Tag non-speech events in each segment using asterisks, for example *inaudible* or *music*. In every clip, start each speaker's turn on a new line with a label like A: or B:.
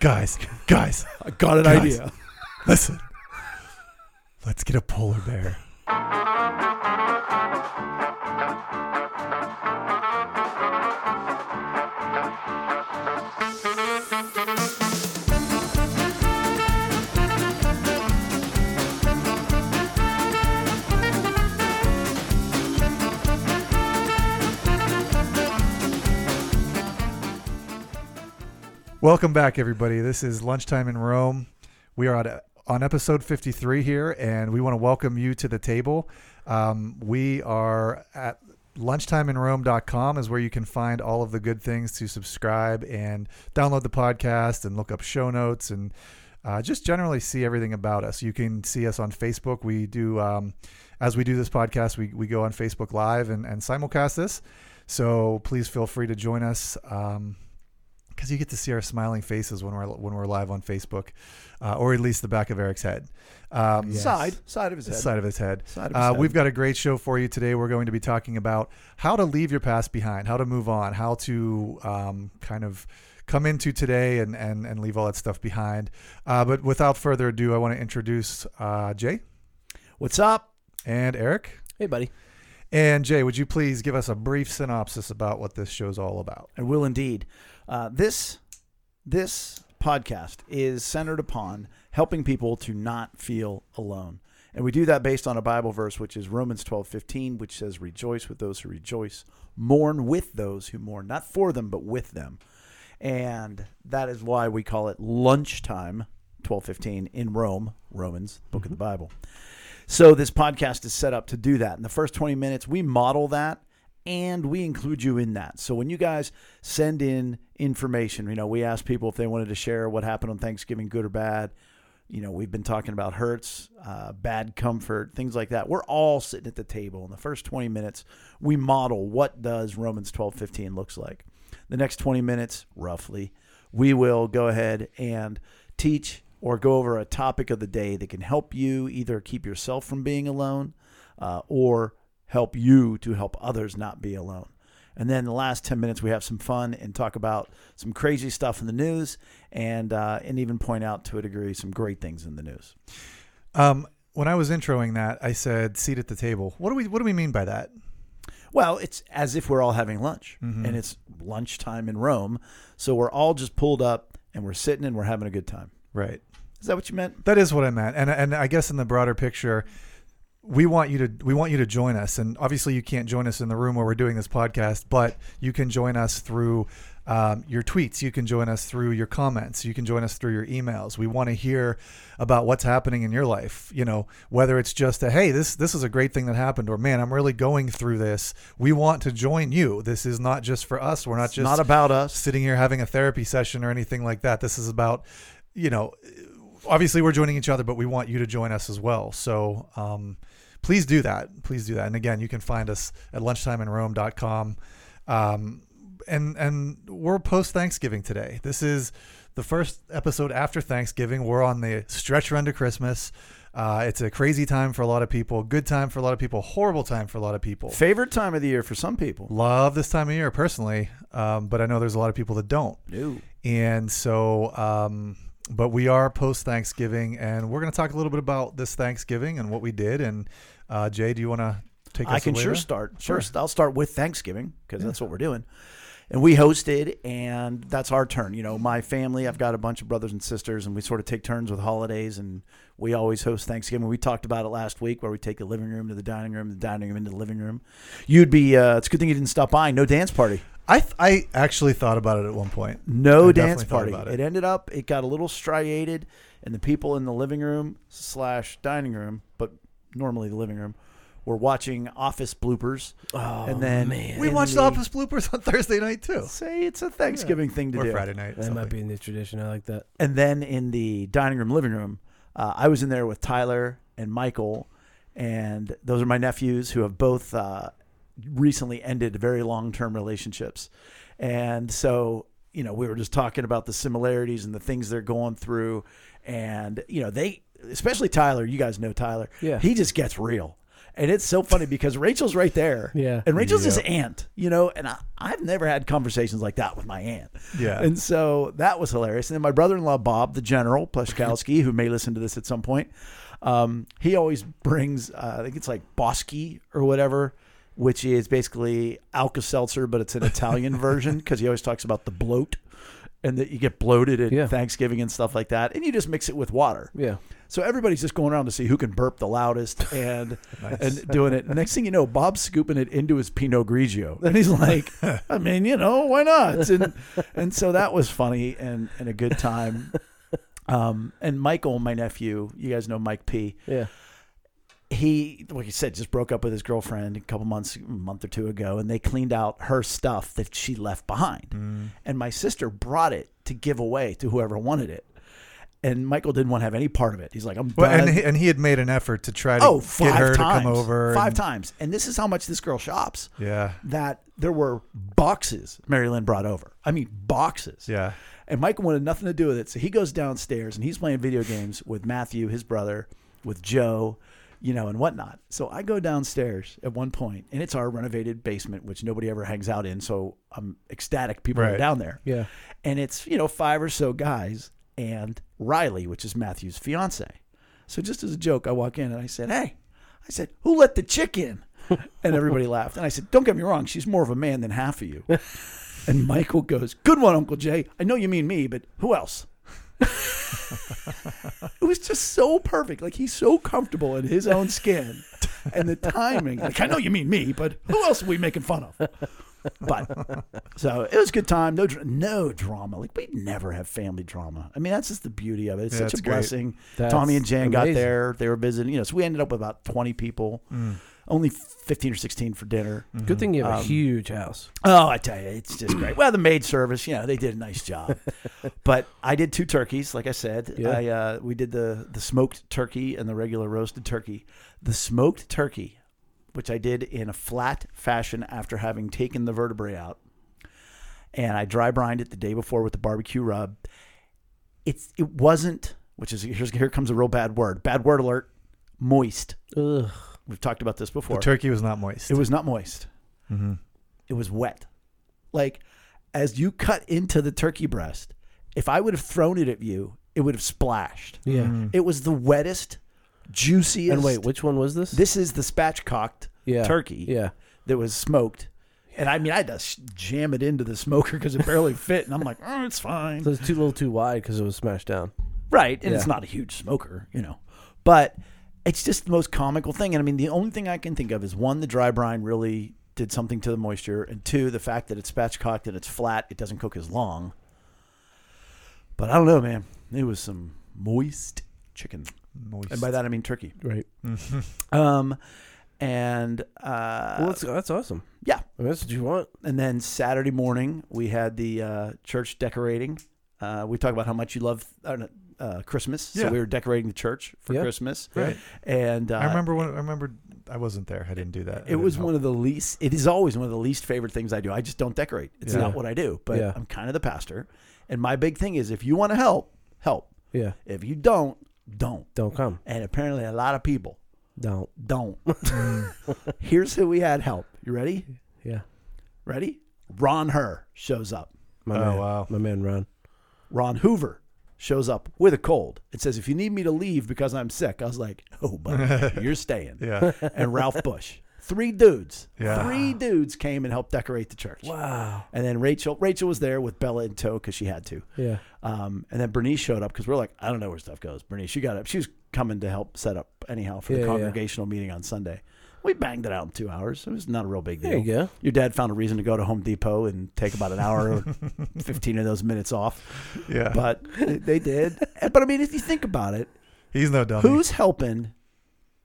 A: guys, guys,
B: I got an
A: Guys.
B: *laughs* idea.
A: listen. Let's get a polar bear. Welcome back, everybody. This is Lunchtime in Rome. We are at, on episode 53 here, and we want to welcome you to the table. Um, we are at lunchtimeinrome.com is where you can find all of the good things to subscribe and download the podcast and look up show notes and uh, just generally see everything about us. You can see us on Facebook. We do, um, as we do this podcast, we, we go on Facebook Live and, and simulcast this. So please feel free to join us. Um, because you get to see our smiling faces when we're when we're live on Facebook, uh, or at least the back of Eric's head, um,
B: Side, side of his
A: the
B: head.
A: side of his head.
B: Side of his
A: Uh,
B: head.
A: we've got a great show for you today. We're going to be talking about how to leave your past behind, how to move on, how to um, kind of come into today and and and leave all that stuff behind. Uh, but without further ado, I want to introduce uh, Jay
B: What's up?
A: and Eric.
C: Hey, buddy.
A: And Jay, would you please give us a brief synopsis about what this show's all about?
B: I will indeed. Uh, this this podcast is centered upon helping people to not feel alone, and we do that based on a Bible verse, which is Romans twelve fifteen, which says, "Rejoice with those who rejoice, mourn with those who mourn, not for them but with them." And that is why we call it lunchtime twelve fifteen in Rome, Romans, book of the Bible. So this podcast is set up to do that. In the first 20 minutes, we model that and we include you in that. So when you guys send in information, you know, we ask people if they wanted to share what happened on Thanksgiving, good or bad. You know, we've been talking about hurts, uh, bad comfort, things like that. We're all sitting at the table. In the first 20 minutes, we model what does Romans 12, 15 looks like. The next 20 minutes, roughly, we will go ahead and teach or go over a topic of the day that can help you either keep yourself from being alone uh, or help you to help others not be alone. And then the last 10 minutes, we have some fun and talk about some crazy stuff in the news and, uh, and even point out to a degree some great things in the news.
A: Um, when I was introing that, I said seat at the table. What do we what do we mean by that?
B: Well, it's as if we're all having lunch and it's lunchtime in Rome. So we're all just pulled up and we're sitting and we're having a good time.
A: Right.
B: Is that what you meant?
A: That is what I meant, and and I guess in the broader picture, we want you to we want you to join us, and obviously you can't join us in the room where we're doing this podcast, but you can join us through um, your tweets, you can join us through your comments, you can join us through your emails. We want to hear about what's happening in your life, you know, whether it's just a hey, this this is a great thing that happened, or man, I'm really going through this. We want to join you. This is not just for us. We're not just
B: Not about us.
A: sitting here having a therapy session or anything like that. This is about, you know, obviously we're joining each other, but we want you to join us as well. So um, please do that. Please do that. And again, you can find us at lunchtimeinrome.com. Um, and and we're post Thanksgiving today. This is the first episode after Thanksgiving. We're on the stretch run to Christmas. Uh, it's a crazy time for a lot of people. Good time for a lot of people. Horrible time for a lot of people.
B: Favorite time of the year for some people.
A: Love this time of year personally, um, but I know there's a lot of people that don't.
B: No.
A: And so, um, but we are post Thanksgiving, and we're going to talk a little bit about this Thanksgiving and what we did. And uh, Jay, do you want to take?
B: I
A: us
B: can
A: away
B: sure
A: there?
B: start.
A: Sure.
B: Sure. I'll start with Thanksgiving because that's what we're doing. And we hosted, and that's our turn. You know, my family, I've got a bunch of brothers and sisters, and we sort of take turns with holidays, and we always host Thanksgiving. We talked about it last week where we take the living room to the dining room, the dining room into the living room. You'd be, uh, it's a good thing you didn't stop by. No dance party.
A: I th- I actually thought about it at one point.
B: No
A: I
B: dance
A: definitely thought
B: party.
A: about
B: It.
A: it.
B: ended up, it got a little striated, and the people in the living room slash dining room, but normally the living room, were watching office bloopers.
C: Oh,
B: and then
C: man.
A: We
C: And
A: watched
C: the-
A: Office bloopers on *laughs* Thursday night too,
B: Say it's a Thanksgiving thing to
A: or
B: do.
A: Friday night.
C: That might
A: something.
C: be a new tradition. I like that.
B: And then in the dining room, living room, uh, I was in there with Tyler and Michael, and those are my nephews who have both uh, recently ended very long term relationships. And so, you know, we were just talking about the similarities and the things they're going through. And, you know, they, especially Tyler, you guys know Tyler.
C: Yeah.
B: He just gets real. And it's so funny because Rachel's right there.
C: Yeah.
B: And Rachel's his
A: Yeah.
B: aunt, you know, and I, I've never had conversations like that with my aunt.
A: Yeah.
B: And so that was hilarious. And then my brother in law, Bob, the general, Pleshkowski, who may listen to this at some point, um, he always brings, uh, I think it's like Bosky or whatever, which is basically Alka Seltzer, but it's an Italian version because he always talks about the bloat and that you get bloated at
C: Yeah.
B: Thanksgiving and stuff like that. And you just mix it with water.
C: Yeah.
B: So everybody's just going around to see who can burp
A: *laughs*
B: the loudest and and doing it. Next thing you know, Bob's scooping it into his Pinot
A: *laughs*
B: Grigio, and he's like, "I mean, you know, why not?" And and so that was funny and and a good time. Um, and Michael, my nephew, you guys know Mike P.
C: Yeah.
B: He, like you said, just broke up with his girlfriend a couple months, a month or two ago, and they cleaned out her stuff that she left behind.
A: Mm.
B: And my sister brought it to give away to whoever wanted it. And Michael didn't want to have any part of it. He's like, I'm
A: Well,
B: done
A: and he, and he had made an effort to try to
B: oh, five
A: get her
B: times.
A: to come over.
B: Five
A: and-
B: times. And this is how much this girl shops.
A: Yeah.
B: That there were boxes Mary Lynn brought over. I mean, boxes.
A: Yeah.
B: And Michael wanted nothing to do with it. So he goes downstairs and he's playing video games with Matthew, his brother, with Joe, you know, and whatnot. So I go downstairs at one point and it's our renovated basement, which nobody ever hangs out in. So I'm ecstatic people are
A: Right.
B: down there.
C: Yeah.
B: And it's, you know, five or so guys and Riley, which is Matthew's fiance. So just as a joke, I walk in and I said, Hey, I said, Who let the chick in? And everybody laughed. And I said, Don't get me wrong, she's more of a man than half of you. And Michael goes, Good one, Uncle Jay. I know you mean me, but who else? *laughs* it was just so perfect. Like he's so comfortable in his own skin and the timing. Like, I know you mean me, but who else are we making fun of? But so it was a good time. No, dr- no drama. Like we never have family drama. I mean, that's just the beauty of it. It's
A: Yeah,
B: such a
A: it's great.
B: blessing.
C: That's
B: Tommy and Jan got
C: amazing.
B: there. They were visiting. You know, so we ended up with about twenty people,
A: Mm.
B: only fifteen or sixteen for dinner.
A: Mm-hmm.
C: Good thing you have a
B: Um,
C: huge house.
B: Oh, I tell you, it's just great. Well, the maid service, you know, they did a nice job. but I did two turkeys, like I said.
C: Yeah.
B: I uh, we did the the smoked turkey and the regular roasted turkey. The smoked turkey, which I did in a flat fashion after having taken the vertebrae out, and I dry brined it the day before with the barbecue rub. It's it wasn't, which is here's, here comes a real bad word. Bad word alert. Moist.
C: Ugh.
B: We've talked about this
A: The
B: before.
A: turkey was not moist.
B: it was not moist
C: Mm-hmm.
A: hmm
B: it was wet. Like as you cut into the turkey breast, if I would have thrown it at you, it would have splashed.
C: Yeah.
A: Mm-hmm.
B: It was the wettest, juiciest.
C: And wait, which one was this?
B: this is the spatchcocked
C: yeah.
B: turkey
C: Yeah.
B: that was smoked. And I mean, I had to sh- jam it into the smoker because it barely fit. And I'm like, oh, it's fine.
C: So it's too little too wide because it was smashed down.
B: Right. And it's
C: Yeah.
B: not a huge smoker, you know. But it's just the most comical thing. And I mean, the only thing I can think of is one, the dry brine really did something to the moisture. And two, the fact that it's spatchcocked and it's flat, it doesn't cook as long. But I don't know, man. It was some moist chicken.
A: Moist.
B: And by that, I mean turkey.
C: Right.
B: Um, and uh,
C: Well, that's, that's awesome.
B: yeah.
C: I mean, that's what you want.
B: And then Saturday morning, we had the uh, church decorating. Uh, we talk about how much you love uh, no, uh, Christmas.
A: Yeah.
B: So we were decorating the church for
C: Yeah.
B: Christmas.
A: Right.
B: And uh,
A: I remember when I remember I wasn't there. I didn't do that. I
B: it was
A: didn't
B: one of the least, it is always one of the least favorite things I do. I just don't decorate. It's
A: Yeah.
B: not what I do, but
C: Yeah.
B: I'm kind of the pastor. And my big thing is if you want to help, help.
C: Yeah.
B: If you don't, don't.
C: Don't come.
B: And apparently a lot of people
C: Don't.
A: *laughs*
B: don't.
A: Mm.
B: Here's who we had help. You ready?
C: Yeah.
B: Ready? Ron Herr shows up.
C: My
A: Oh,
C: man.
A: wow.
C: My man, Ron.
B: Ron Hoover shows up with a cold and says, If you need me to leave because I'm sick, I was like,
A: *laughs*
B: Oh, buddy, you're staying.
A: help. Yeah.
B: *laughs* And Ralph Bush. Three dudes.
A: Yeah.
B: Three dudes came and helped decorate the church.
C: Wow.
B: And then Rachel Rachel was there with Bella in tow because she had to.
C: Yeah.
B: Um, and then Bernice showed up because we're like, I don't know where stuff goes. Bernice, she got up. She was coming to help set up anyhow for
C: Yeah,
B: the
C: yeah.
B: congregational meeting on Sunday. We banged it out in two hours. It was not a real big deal.
C: There you go.
B: Your dad found a reason to go to Home Depot and take about an
A: *laughs*
B: hour or 15 of those minutes off
A: Yeah.
B: but they did. *laughs* But I mean, if you think about it,
A: He's no dummy.
B: who's helping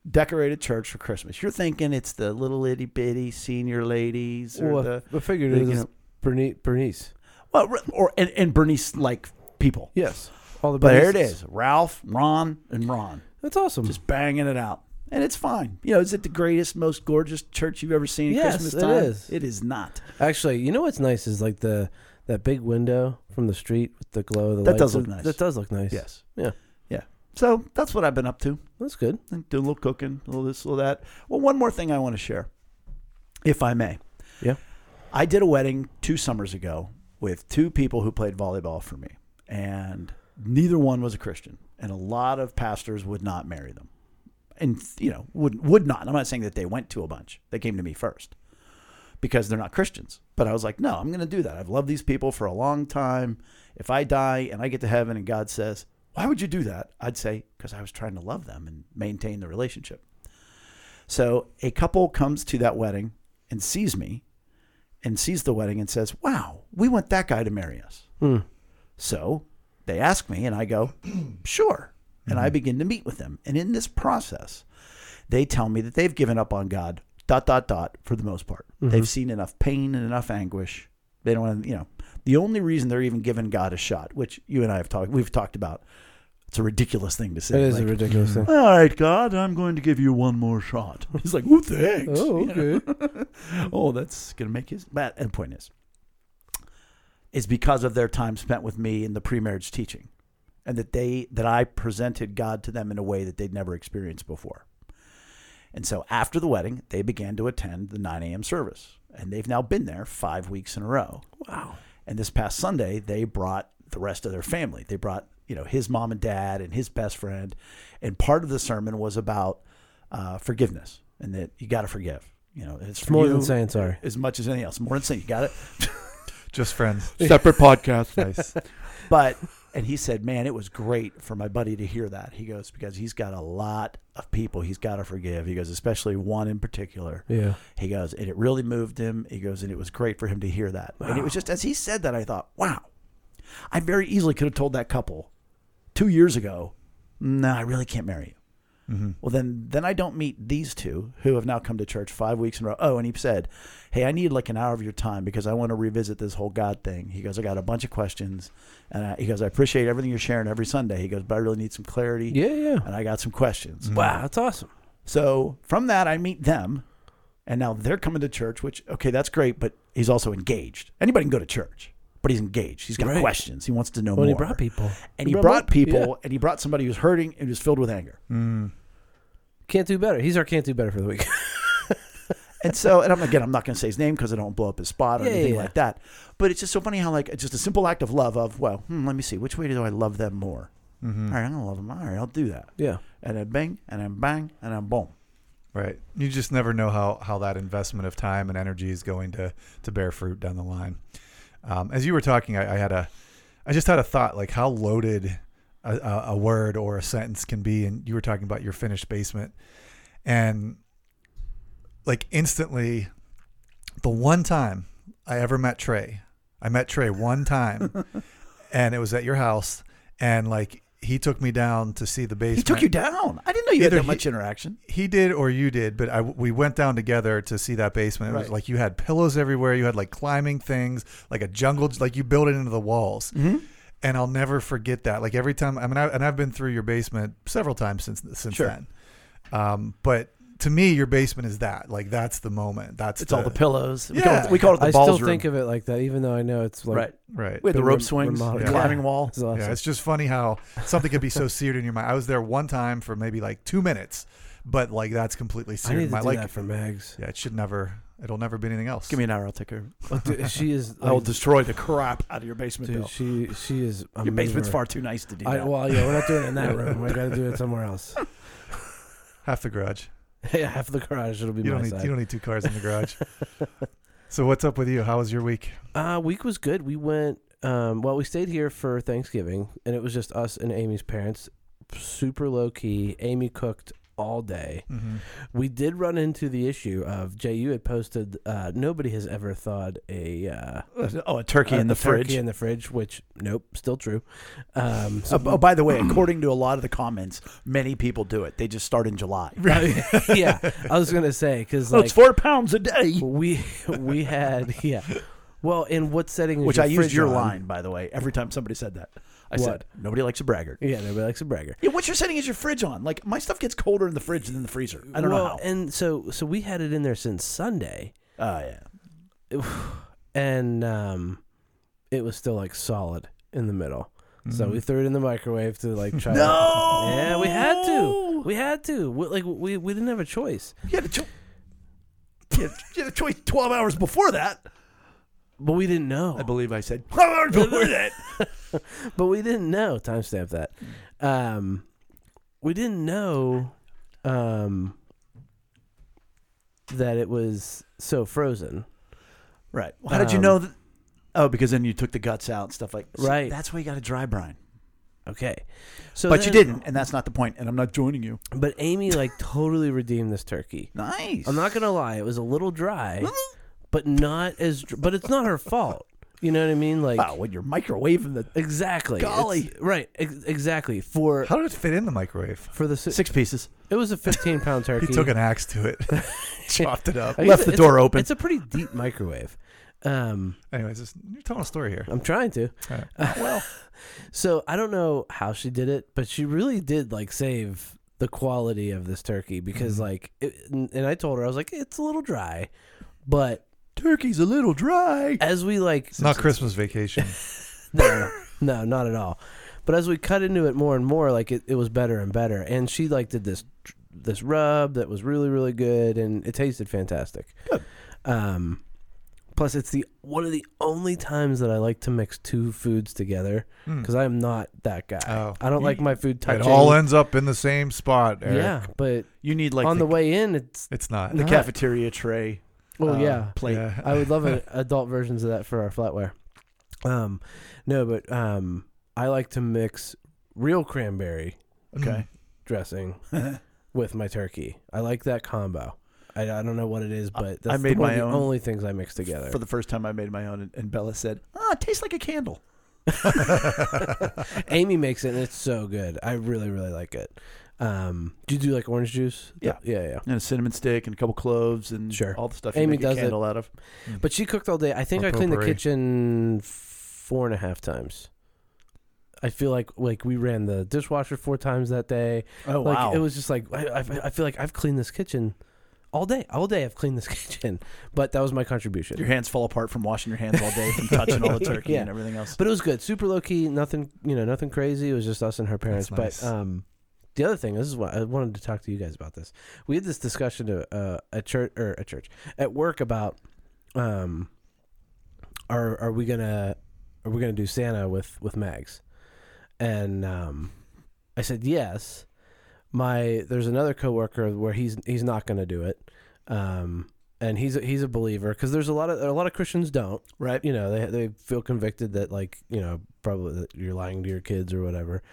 B: decorate a church for Christmas? You're thinking it's the little itty bitty senior ladies or
C: Well,
B: the
C: I figured
B: the,
C: it
B: you
C: was
B: know-
C: Bernice. Bernice.
B: well, re- or and, and Bernice like people.
C: Yes. All the
B: But there it
C: Bernices.
B: is, Ralph, Ron, and Ron
C: That's awesome.
B: just banging it out. And it's fine. You know, is it the greatest, most gorgeous church you've ever seen at
C: Yes,
B: Christmas
C: it
B: time?
C: is.
B: It is not.
C: Actually, you know what's nice is like the that big window from the street with the glow of the
B: That
C: lights.
B: does look nice.
C: That does look nice.
B: Yes.
C: Yeah.
B: Yeah. So that's what I've been up to.
C: That's good.
B: Do a little cooking, a little this, a little that. Well, one more thing I want to share, if I may.
C: Yeah.
B: I did a wedding two summers ago with two people who played volleyball for me, and neither one was a Christian, and a lot of pastors would not marry them, and you know would would not. I'm not saying that they went to a bunch; they came to me first because they're not Christians. But I was like, no, I'm going to do that. I've loved these people for a long time. If I die and I get to heaven and God says, why would you do that? I'd say, because I was trying to love them and maintain the relationship. So a couple comes to that wedding and sees me and sees the wedding and says, wow, we want that guy to marry us.
C: Hmm.
B: So they ask me, and I go, *clears throat* sure. And
C: Mm-hmm.
B: I begin to meet with them. And in this process, they tell me that they've given up on God, dot, dot, dot, for the most part.
C: Mm-hmm.
B: They've seen enough pain and enough anguish. They don't want to, you know, the only reason they're even giving God a shot, which you and I have talked, we've talked about, it's a ridiculous thing to say.
C: That is
B: Like,
C: a
B: *laughs*
C: ridiculous thing.
B: all right, God, I'm going to give you one more shot. *laughs* He's like, oh, thanks.
C: Oh,
B: You know? *laughs*
C: okay.
B: oh, that's going to make his. But and the point is, it's because of their time spent with me in the pre-marriage teaching, and that they that I presented God to them in a way that they'd never experienced before. And so after the wedding, they began to attend the 9 a.m. service, and they've now been there five weeks in a row.
C: Wow.
B: And this past Sunday, they brought the rest of their family. They brought, you know, his mom and dad and his best friend. And part of the sermon was about uh, forgiveness and that you got to forgive. You know, it's, for
C: more
B: you
C: than saying sorry.
B: As much as anything else. More than saying you got it.
A: Just friends.
D: Separate podcast.
A: Nice.
B: But, and he said, man, it was great for my buddy to hear that. He goes, because he's got a lot of people he's got to forgive. He goes, especially one in particular.
C: Yeah.
B: He goes, and it really moved him. He goes, and it was great for him to hear that. And it was just as he said that, I thought, wow, I very easily could have told that couple two years ago, no, I really can't marry you.
C: Mm-hmm.
B: Well, then, then I don't meet these two who have now come to church five weeks in a row. Oh, and he said, hey, I need like an hour of your time because I want to revisit this whole God thing. He goes, I got a bunch of questions, and I, he goes, I appreciate everything you're sharing every Sunday. He goes, but I really need some clarity,
C: Yeah, yeah. Mm-hmm.
B: and I got some questions.
C: Wow, that's awesome.
B: So from that, I meet them, and now they're coming to church. Which okay, that's great, but he's also engaged. Anybody can go to church, but he's engaged. He's got
C: Right.
B: questions. He wants to know
C: Well,
B: more.
C: he brought people.
B: and he
C: He
B: brought,
C: brought more-
B: people,
C: yeah.
B: and he brought somebody who's hurting and who's filled with anger.
A: Mm.
C: Can't do better. He's our can't do better for the week. *laughs*
B: And so, and I'm again, I'm not going to say his name because I don't wanna blow up his spot or
C: Yeah, yeah,
B: anything
C: yeah.
B: like that. But it's just so funny how like it's just a simple act of love of well, hmm, let me see, which way do I love them more?
C: Mm-hmm.
B: All right, I'm gonna love them. All right, I'll do that.
C: yeah.
B: And then bang, and then bang, and then boom.
A: *laughs* Right. You just never know how, how that investment of time and energy is going to, to bear fruit down the line. Um, as you were talking, I, I had a, I just had a thought like how loaded a, a, a word or a sentence can be. And you were talking about your finished basement and like instantly the one time I ever met Trey, I met Trey one time and it was at your house. And like, he took me down to see the basement
B: He took you down. I didn't know you
A: Either
B: had that
A: he-
B: much interaction.
A: he did or you did, but I, we went down together to see that basement. It was
B: Right.
A: like you had pillows everywhere. You had like climbing things, like a jungle, like you built it into the walls.
C: Hmm?
A: And I'll never forget that. Like every time, I mean, I, and I've been through your basement several times since since
B: Sure.
A: then. Um, but to me, your basement is that. Like that's the moment. That's
B: It's all the pillows. We, call
A: Yeah.
B: it, we call it the
C: I
B: balls
C: still
B: room.
C: think of it like that, even though I know it's like
B: right.
A: right.
B: We had the
C: Been
B: rope
C: rem-
B: swings, the
C: remodeled.
B: climbing
C: Yeah.
B: wall.
C: It's awesome.
A: Yeah, it's just funny how something could be so seared in your mind. I was there one time for maybe like two minutes, but like that's completely
C: I
A: seared
C: need
A: in
C: to
A: my
C: do
A: like.
C: that
B: *laughs*
C: for Mags.
A: Yeah, it should never. It'll never be anything else.
B: Give me an hour, I'll take her.
C: Oh, dude, she is.
B: I will
C: Like,
B: destroy the crap out of your basement,
C: dude,
B: Bill.
C: she she is. A
B: Your basement's
C: mover.
B: far too nice to do
C: I,
B: that.
C: well, yeah, we're not doing it in that room. We got to do it somewhere else. *laughs*
A: half the grudge.
C: yeah, half the garage it'll be
A: You
C: my
A: don't need
C: side.
A: you don't need two cars in the
C: *laughs*
A: garage. so what's up with you? How was your week?
C: Uh, week was good. We went. Um, well, we stayed here for Thanksgiving, and it was just us and Amy's parents. Super low key. Amy cooked all day.
A: Mm-hmm.
C: We did run into the issue of Jay. You had posted. Uh, nobody has ever thawed a uh,
B: oh, a turkey in
C: a
B: the
C: turkey
B: fridge.
C: in the fridge, which nope, still true.
B: *laughs*
C: Um, so
B: Oh, oh, by the *clears throat* way, according to a lot of the comments, many people do it. They just start in *laughs* July.
C: *laughs* yeah, I was gonna say because
B: Oh,
C: like
B: it's four pounds a day.
C: we *laughs* we had yeah. Well, in what setting? Is
B: Which I
C: your
B: used
C: fridge
B: your
C: on?
B: line, by the way, every time somebody said that. I said, nobody likes a braggart.
C: Yeah, nobody likes a bragger.
B: Yeah, what you're setting is your fridge on. Like, my stuff gets colder in the fridge than in the freezer. I don't
C: well,
B: know how.
C: And so so we had it in there since Sunday,
B: Oh, yeah.
C: and um, it was still like solid in the middle. So
A: Mm-hmm.
C: we threw it in the microwave to
B: *laughs*
C: like try.
B: No.
C: It. Yeah, we had to. We had to. We, like we we didn't have a choice.
B: You had a choice. You had- you had a choice twelve hours before that.
C: But we didn't know.
B: I believe I said twelve hours before that.
C: but we didn't know. Timestamp that. Um, we didn't know um, that it was so frozen.
B: *laughs* Right. Well, how did you
C: Um,
B: know? That? Oh, because then you took the guts out and stuff like. so
C: Right.
B: That's why you got a dry brine.
C: Okay. So
B: but you
C: then-
B: didn't, and that's not the point. And I'm not joining you.
C: But Amy like totally redeemed this turkey.
B: Nice.
C: I'm not gonna lie, it was a little dry, but not as. dr- But it's not her fault. You know what I mean?
B: *laughs*
C: Like
B: Wow, when you're microwaving the
C: exactly. It's-
B: Golly.
C: right. Ex- exactly for
A: How did it fit in the microwave?
C: for the. si-
B: six pieces.
C: It was a
B: *laughs*
C: 15 pound turkey.
A: He took an axe to
C: *laughs*
A: it, *laughs* chopped it up.
C: I guess
B: left the
C: it's
B: door
C: a-
B: open.
C: It's a pretty deep microwave. Um,
A: Anyways, this- you're telling a story here.
C: I'm trying to.
A: All right.
C: Oh,
A: *laughs*
C: well, so I don't know how she did it, but she really did like save the quality of this turkey because
B: Mm-hmm.
C: like, it, and and I told her I was like, it's a little dry, but
B: Turkey's a little dry.
C: as we like,
A: It's not Christmas
C: *laughs*
A: vacation.
C: no, no, not at all. But as we cut into it more and more, like it, it was better and better, and she like did this this rub that was really really good, and it tasted fantastic.
B: Good.
C: Um, plus, it's the one of the only times that I like to mix two foods together
A: Hmm.
C: because I am not that guy.
A: Oh.
C: I don't like my food touching.
A: It all ends up in the same spot. Eric.
C: Yeah, but
B: You need like
C: on the,
B: the,
C: way in, it's
A: it's not.
B: the
C: Huh.
B: cafeteria tray.
C: well,
B: uh, *laughs*
C: yeah.
B: plate.
A: Yeah. *laughs*
C: I would love an adult versions of that for our flatware. Um, no, but um, I like to mix real cranberry
A: Mm.
B: Okay.
C: dressing
B: Mm-hmm.
C: with my turkey. I like that combo. I, I don't know what it is, but that's
B: I made
C: the, one
B: my
C: of the
B: own
C: only things I mix together.
B: *laughs* For the first time, I made my own, and- and Bella said, "Ah, it tastes like a candle." *laughs*
C: *laughs* Amy makes it, and it's so good. I really, really like it. Um, do you do like orange juice?
B: Yeah.
C: yeah, yeah.
B: And a cinnamon stick, and a couple cloves, and
C: Sure.
B: all the stuff you
C: Amy
B: make a
C: does it.
B: candle out of.
C: But she cooked all day. I think
A: Or
C: I cleaned the
A: potpourri.
C: kitchen four and a half times. I feel like like we ran the dishwasher four times that day.
B: Oh
C: like
B: wow!
C: it was just like I, I, I feel like I've cleaned this kitchen all day. All day I've cleaned this *laughs* kitchen. But that was my contribution.
B: your hands fall apart from washing your hands all
C: *laughs*
B: day, from touching all the turkey
C: Yeah.
B: and everything else.
C: But it was good. Super low key. Nothing, you know, nothing crazy. It was just us and her parents.
A: That's nice.
C: But um, the other thing, this is what I wanted to talk to you guys about this. We had this discussion to, uh, at church or at church at work about um, are are we gonna are we gonna do Santa with with Mags? And um, I said yes. My there's another coworker where he's he's not gonna do it. Um, and he's a, he's a believer because there's a lot of a lot of Christians don't
B: right?
C: you know they they feel convicted that like you know probably that you're lying to your kids or whatever.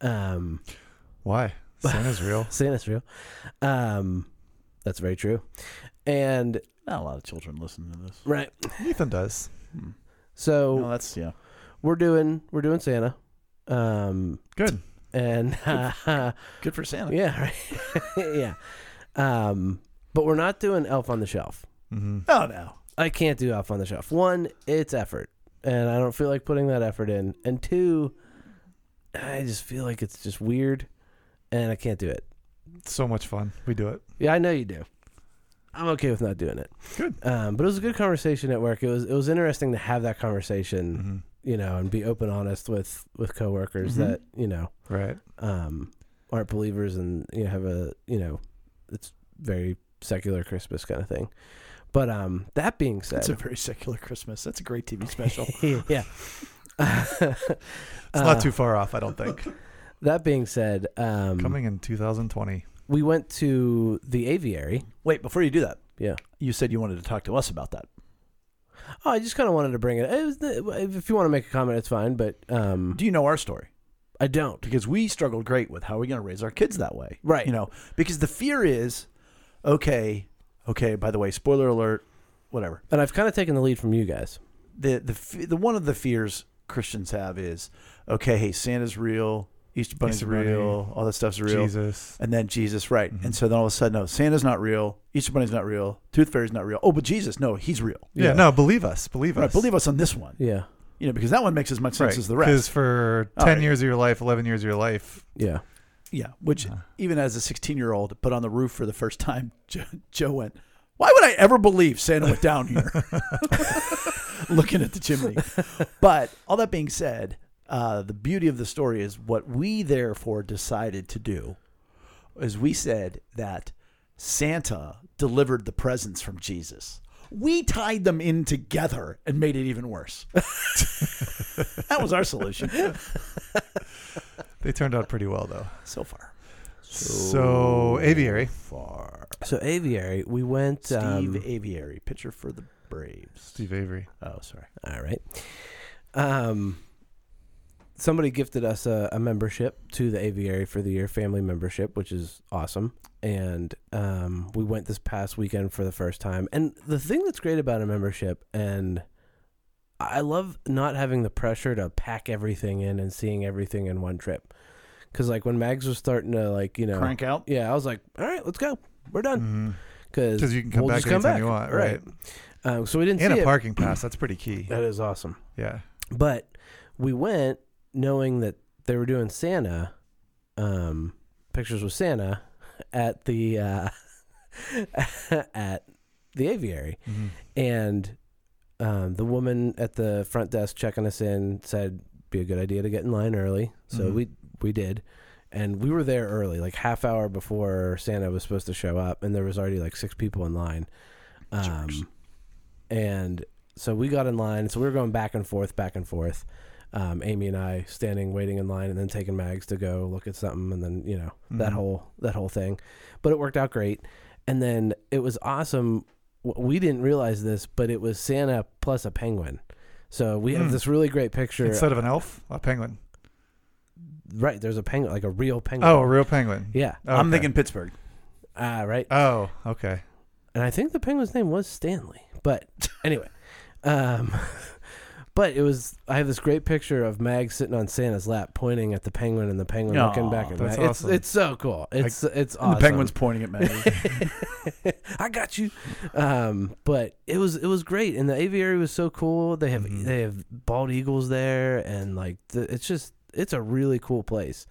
C: Um, *laughs*
A: Why? Santa's real.
C: Santa's real. Um, that's very true. And
B: Not a lot of children listen to this.
C: right,
A: Ethan does.
B: Hmm.
C: so
B: No, that's yeah.
C: we're doing we're doing Santa. Um,
A: Good.
C: and *laughs*
B: Good for Santa.
C: yeah, right, *laughs* yeah. Um, but we're not doing Elf on the Shelf.
A: hmm
B: Oh no.
C: I can't do Elf on the Shelf. One, it's effort, and I don't feel like putting that effort in. And two, I just feel like it's just weird, and I can't do it.
A: So much fun. We do it.
C: Yeah, I know you do. I'm okay with not doing it.
A: Good.
C: Um, but it was a good conversation at work. It was it was interesting to have that conversation,
A: hmm
C: you know, and be open, honest with with coworkers
B: Mhm.
C: that you know
A: Right.
C: um, aren't believers and you know, have a you know, it's very secular Christmas kind of thing. But um, that being said,
B: That's a very secular Christmas. That's a great
C: *laughs*
B: TV special.
C: yeah.
A: It's
C: Uh, mm.
A: not too far off, I don't think.
C: That being said, um,
A: Coming in 2020.
C: we went to the aviary.
B: Wait, before you do that,
C: Yeah.
B: you said you wanted to talk to us about that.
C: Oh, I just kind of wanted to bring it. it was the, if you want to make a comment, it's fine. But um,
B: Do you know our story?
C: I don't.
B: Because we struggled great with how are we going to raise our kids that way,
C: Right.
B: You know, because the fear is, okay, okay. By the way, spoiler alert, whatever.
C: And I've kind of taken the lead from you guys.
B: The the fe- the one of the fears Christians have is, okay, hey, Santa's real, Easter Bunny's
A: Easter Bunny,
B: real, all that stuff's real.
A: Jesus.
B: And then Jesus, right?
A: Mhm.
B: And so then all of a sudden, no, Santa's not real, Easter Bunny's not real, Tooth Fairy's not real. Oh, but Jesus, no, he's real.
A: Yeah.
C: Yeah.
A: No, believe us. Believe
B: Right,
A: us.
B: believe us on this one.
C: Yeah,
B: you know, because that one makes as much sense as the rest.
A: Because for
C: Oh,
B: All
A: 10
B: right.
A: years of your life, 11 years of your life,
C: yeah.
B: Yeah, which
A: Yeah.
B: even as a 16 year old, put on the roof for the first time, *laughs* Joe, Joe went, Why would I ever believe Santa went *laughs* down here? Looking at the chimney. But all that being said, uh, the beauty of the story is what we therefore decided to do is we said that Santa delivered the presents from Jesus. We tied them in together and made it even worse. *laughs* that was our solution
A: They turned out pretty well though.
B: so far.
A: So aviary.
B: Far.
C: So aviary, we went.
B: Steve
C: um,
B: Aviary, pitcher for the Braves.
A: Steve Avery.
B: Oh, sorry.
C: all right. Um, somebody gifted us a, a membership to the aviary for the year, family membership, which is awesome. And um, we went this past weekend for the first time. And the thing that's great about a membership, and I love not having the pressure to pack everything in and seeing everything in one trip. Because like when Mags was starting to like you know
B: Crank out.
C: yeah, I was like, all right, let's go, we're done.
A: Mhm.
C: because
A: 'Cause you can come back anytime you want, right.
C: Um, so we didn't
A: And
C: see
A: a
C: it.
A: parking pass. That's pretty key.
C: That is awesome.
A: Yeah.
C: But we went knowing that they were doing Santa um, pictures with Santa *laughs* at the uh, *laughs* at the aviary,
A: Mhm.
C: and um, the woman at the front desk checking us in said be a good idea to get in line early. So
A: Mhm.
C: we we did. And we were there early, like half hour before Santa was supposed to show up, and there was already like six people in line.
B: Jerks.
C: Um, and so we got in line. So we were going back and forth, back and forth. Um, Amy and I standing, waiting in line, and then taking mags to go look at something, and then you know that
A: Mhm.
C: whole that whole thing. But it worked out great. And then it was awesome. W- We didn't realize this, but it was Santa plus a penguin. So we have
A: Hmm.
C: this really great picture.
A: Instead of an elf, a penguin.
C: right, there's a penguin, like a real penguin.
A: Oh, a real penguin.
C: yeah.
B: I'm
A: Okay.
B: thinking Pittsburgh.
C: Ah, right.
A: Oh, okay.
C: and I think the penguin's name was Stanley. But anyway, um, *laughs* but it was. I have this great picture of Mag sitting on Santa's lap, pointing at the penguin, and the penguin
B: Aw,
C: looking back at
A: that's
C: Mag.
A: awesome.
C: It's, it's so cool. It's it's
B: And
C: awesome.
B: The Penguins pointing at *laughs* me.
C: I got you. Um, but it was it was great, and the aviary was so cool. They have
A: Mhm.
C: they have bald eagles there, and like the, it's just it's a really cool place.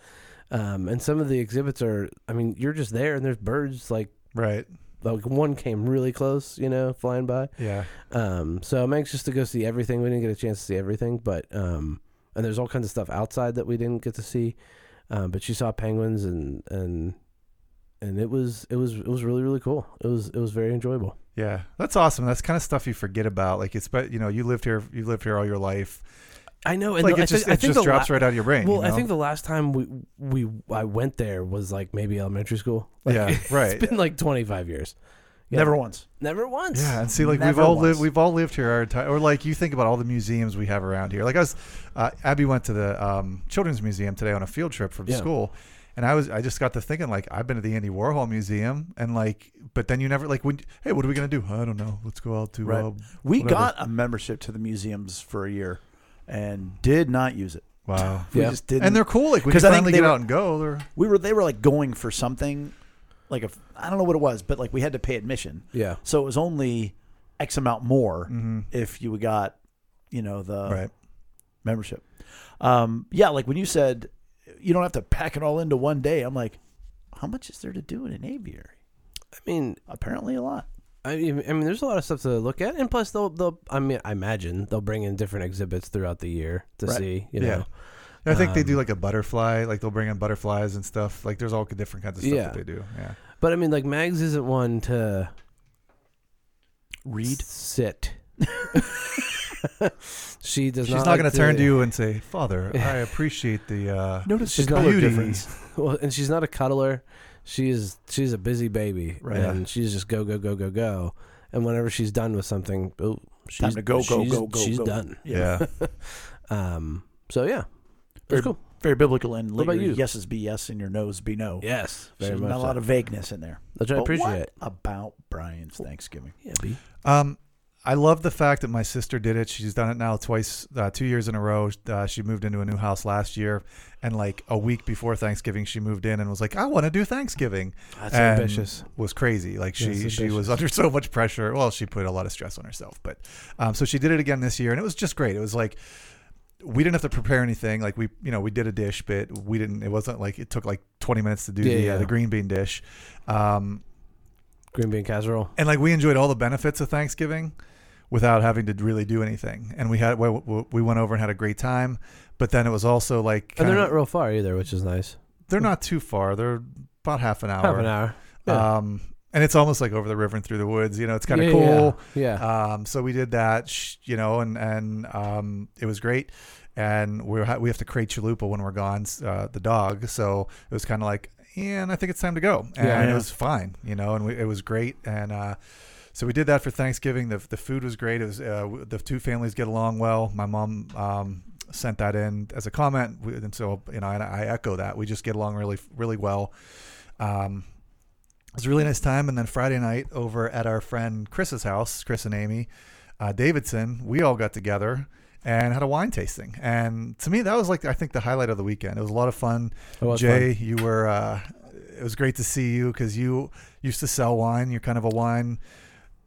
C: Um, and some of the exhibits are. I mean, you're just there, and there's birds like
A: Right.
C: like one came really close, you know, flying by.
A: Yeah.
C: Um, so I'm anxious to go see everything. We didn't get a chance to see everything, but um, and there's all kinds of stuff outside that we didn't get to see. Um, but she saw penguins and and and it was it was it was really really cool. It was it was very enjoyable.
A: Yeah. That's awesome. That's kind of stuff you forget about. Like it's but you know, you lived here you lived here all your life.
C: I know. And
A: Like
C: the- I
A: it just
C: think, I
A: it
C: think
A: just
C: the
A: drops
C: la-
A: right out of your brain.
C: Well,
A: you
C: I
A: know?
C: think the last time we we I went there was like maybe elementary school. *laughs* Like,
A: Yeah, right.
C: It's been like 25 years. Yeah.
B: Never once.
C: Never once.
A: Yeah, and see, like we've
B: Never
A: all
B: once.
A: lived, we've all lived here our entire, or like you think about all the museums we have around here. Like I was, uh, Abby went to the um, children's museum today on a field trip from
C: Yeah.
A: school, and I was, I just got to thinking, like I've been to the Andy Warhol museum, and like, but then you never, like, when, hey, what are we gonna do? I don't know. Let's go out to.
B: Right.
A: Uh,
B: We
A: whatever.
B: got a membership to the museums for a year and did not use it.
A: wow.
B: *laughs* We
C: Yeah.
B: just didn't.
A: And they're cool. Like when you
B: 'Cause I think
A: finally
B: they
A: get
B: were-
A: out and go, they're
B: we were they were like going for something like a I don't know what it was, but like we had to pay admission.
C: Yeah.
B: So it was only X amount more
A: mhm,
B: if you got, you know, the
A: right.
B: membership. Um, yeah, like when you said you don't have to pack it all into one day, I'm like, how much is there to do in an aviary?
C: I mean,
B: Apparently a lot.
C: I mean, I mean, there's a lot of stuff to look at, and plus they'll they'll I mean, I imagine they'll bring in different exhibits throughout the year to
B: Right.
C: see. You
A: Yeah.
C: know,
A: I think they do
C: Um,
A: like a butterfly. Like they'll bring in butterflies and stuff. Like there's all different kinds of stuff
C: Yeah.
A: that they do. Yeah.
C: but I mean, like Mags isn't one to
B: Read.
A: *laughs*
C: s- sit. *laughs* she does
A: She's
C: not.
A: not,
C: like
A: going to turn to you and say, "Father, I
B: *laughs*
A: appreciate the." Uh,
B: Notice
C: She's
B: the
C: got
B: color
A: beauty.
B: difference.
C: Well, and she's not a cuddler. She is. She's a busy baby,
A: Right.
C: and she's just go go go go go. And whenever she's done with something, oh, she's
B: to go, go,
C: she's-
B: go, go,
C: She's
B: go.
C: done.
A: Yeah.
C: Um. So yeah,
B: Very
C: it's cool.
B: Very biblical and
C: What about
B: later
C: you?
B: yes is be yes and your no's be no.
C: Yes,
B: So
C: very much.
B: not a
C: so.
B: lot of vagueness in there.
C: Which I
B: But
C: appreciate.
B: what about Brian's Thanksgiving?
C: Yeah, B.
A: *laughs* Um, I love the fact that my sister did it. She's done it now twice, uh, two years in a row. Uh, she moved into a new house last year, and like a week before Thanksgiving, she moved in and was like, "I want to do Thanksgiving."
C: That's
A: And
C: ambitious.
A: Was crazy. Like she
C: Yes,
A: she was
C: ambitious.
A: under *laughs* so much pressure. Well, she put a lot of stress on herself, but um, so she did it again this year, and it was just great. It was like we didn't have to prepare anything. Like we, you know, we did a dish, but we didn't. It wasn't like it took like twenty minutes to do
C: Yeah,
A: the
C: yeah.
A: Uh, the green bean dish. Um,
C: Green bean casserole.
A: and like we enjoyed all the benefits of Thanksgiving. without having to really do anything. And we had we, we went over and had a great time, but then it was also like
C: and they're
A: kinda-
C: not real far either, which is nice.
A: they're not too far. They're about half an hour.
C: Half an hour. yeah.
A: Um, and it's almost like over the river and through the woods. You know, it's kind of
C: Yeah,
A: cool.
C: Yeah. yeah.
B: Uh,
A: Um, so we did that, sh- you know, and and um, it was great. And we ha- we have to crate Chalupa when we're gone, s- uh, the dog. So it was kind of like, yeah, and I think it's time to go. And
C: Yeah.
A: it was fine, you know, and we, it was great. And uh, so we did that for Thanksgiving. The the food was great. It was uh, w- the two families get along well. My mom. Um, sent that in as a comment We- and so you know and I echo that we just get along really really well um it was a really nice time. And then Friday night over at our friend Chris's house, Chris and Amy uh, Davidson, we all got together and had a wine tasting. And to me, that was like, I think, the highlight of the weekend. It was a lot of fun.
C: It was
A: Jay, you were, uh, it was great to see you because you used to sell wine. You're kind of a wine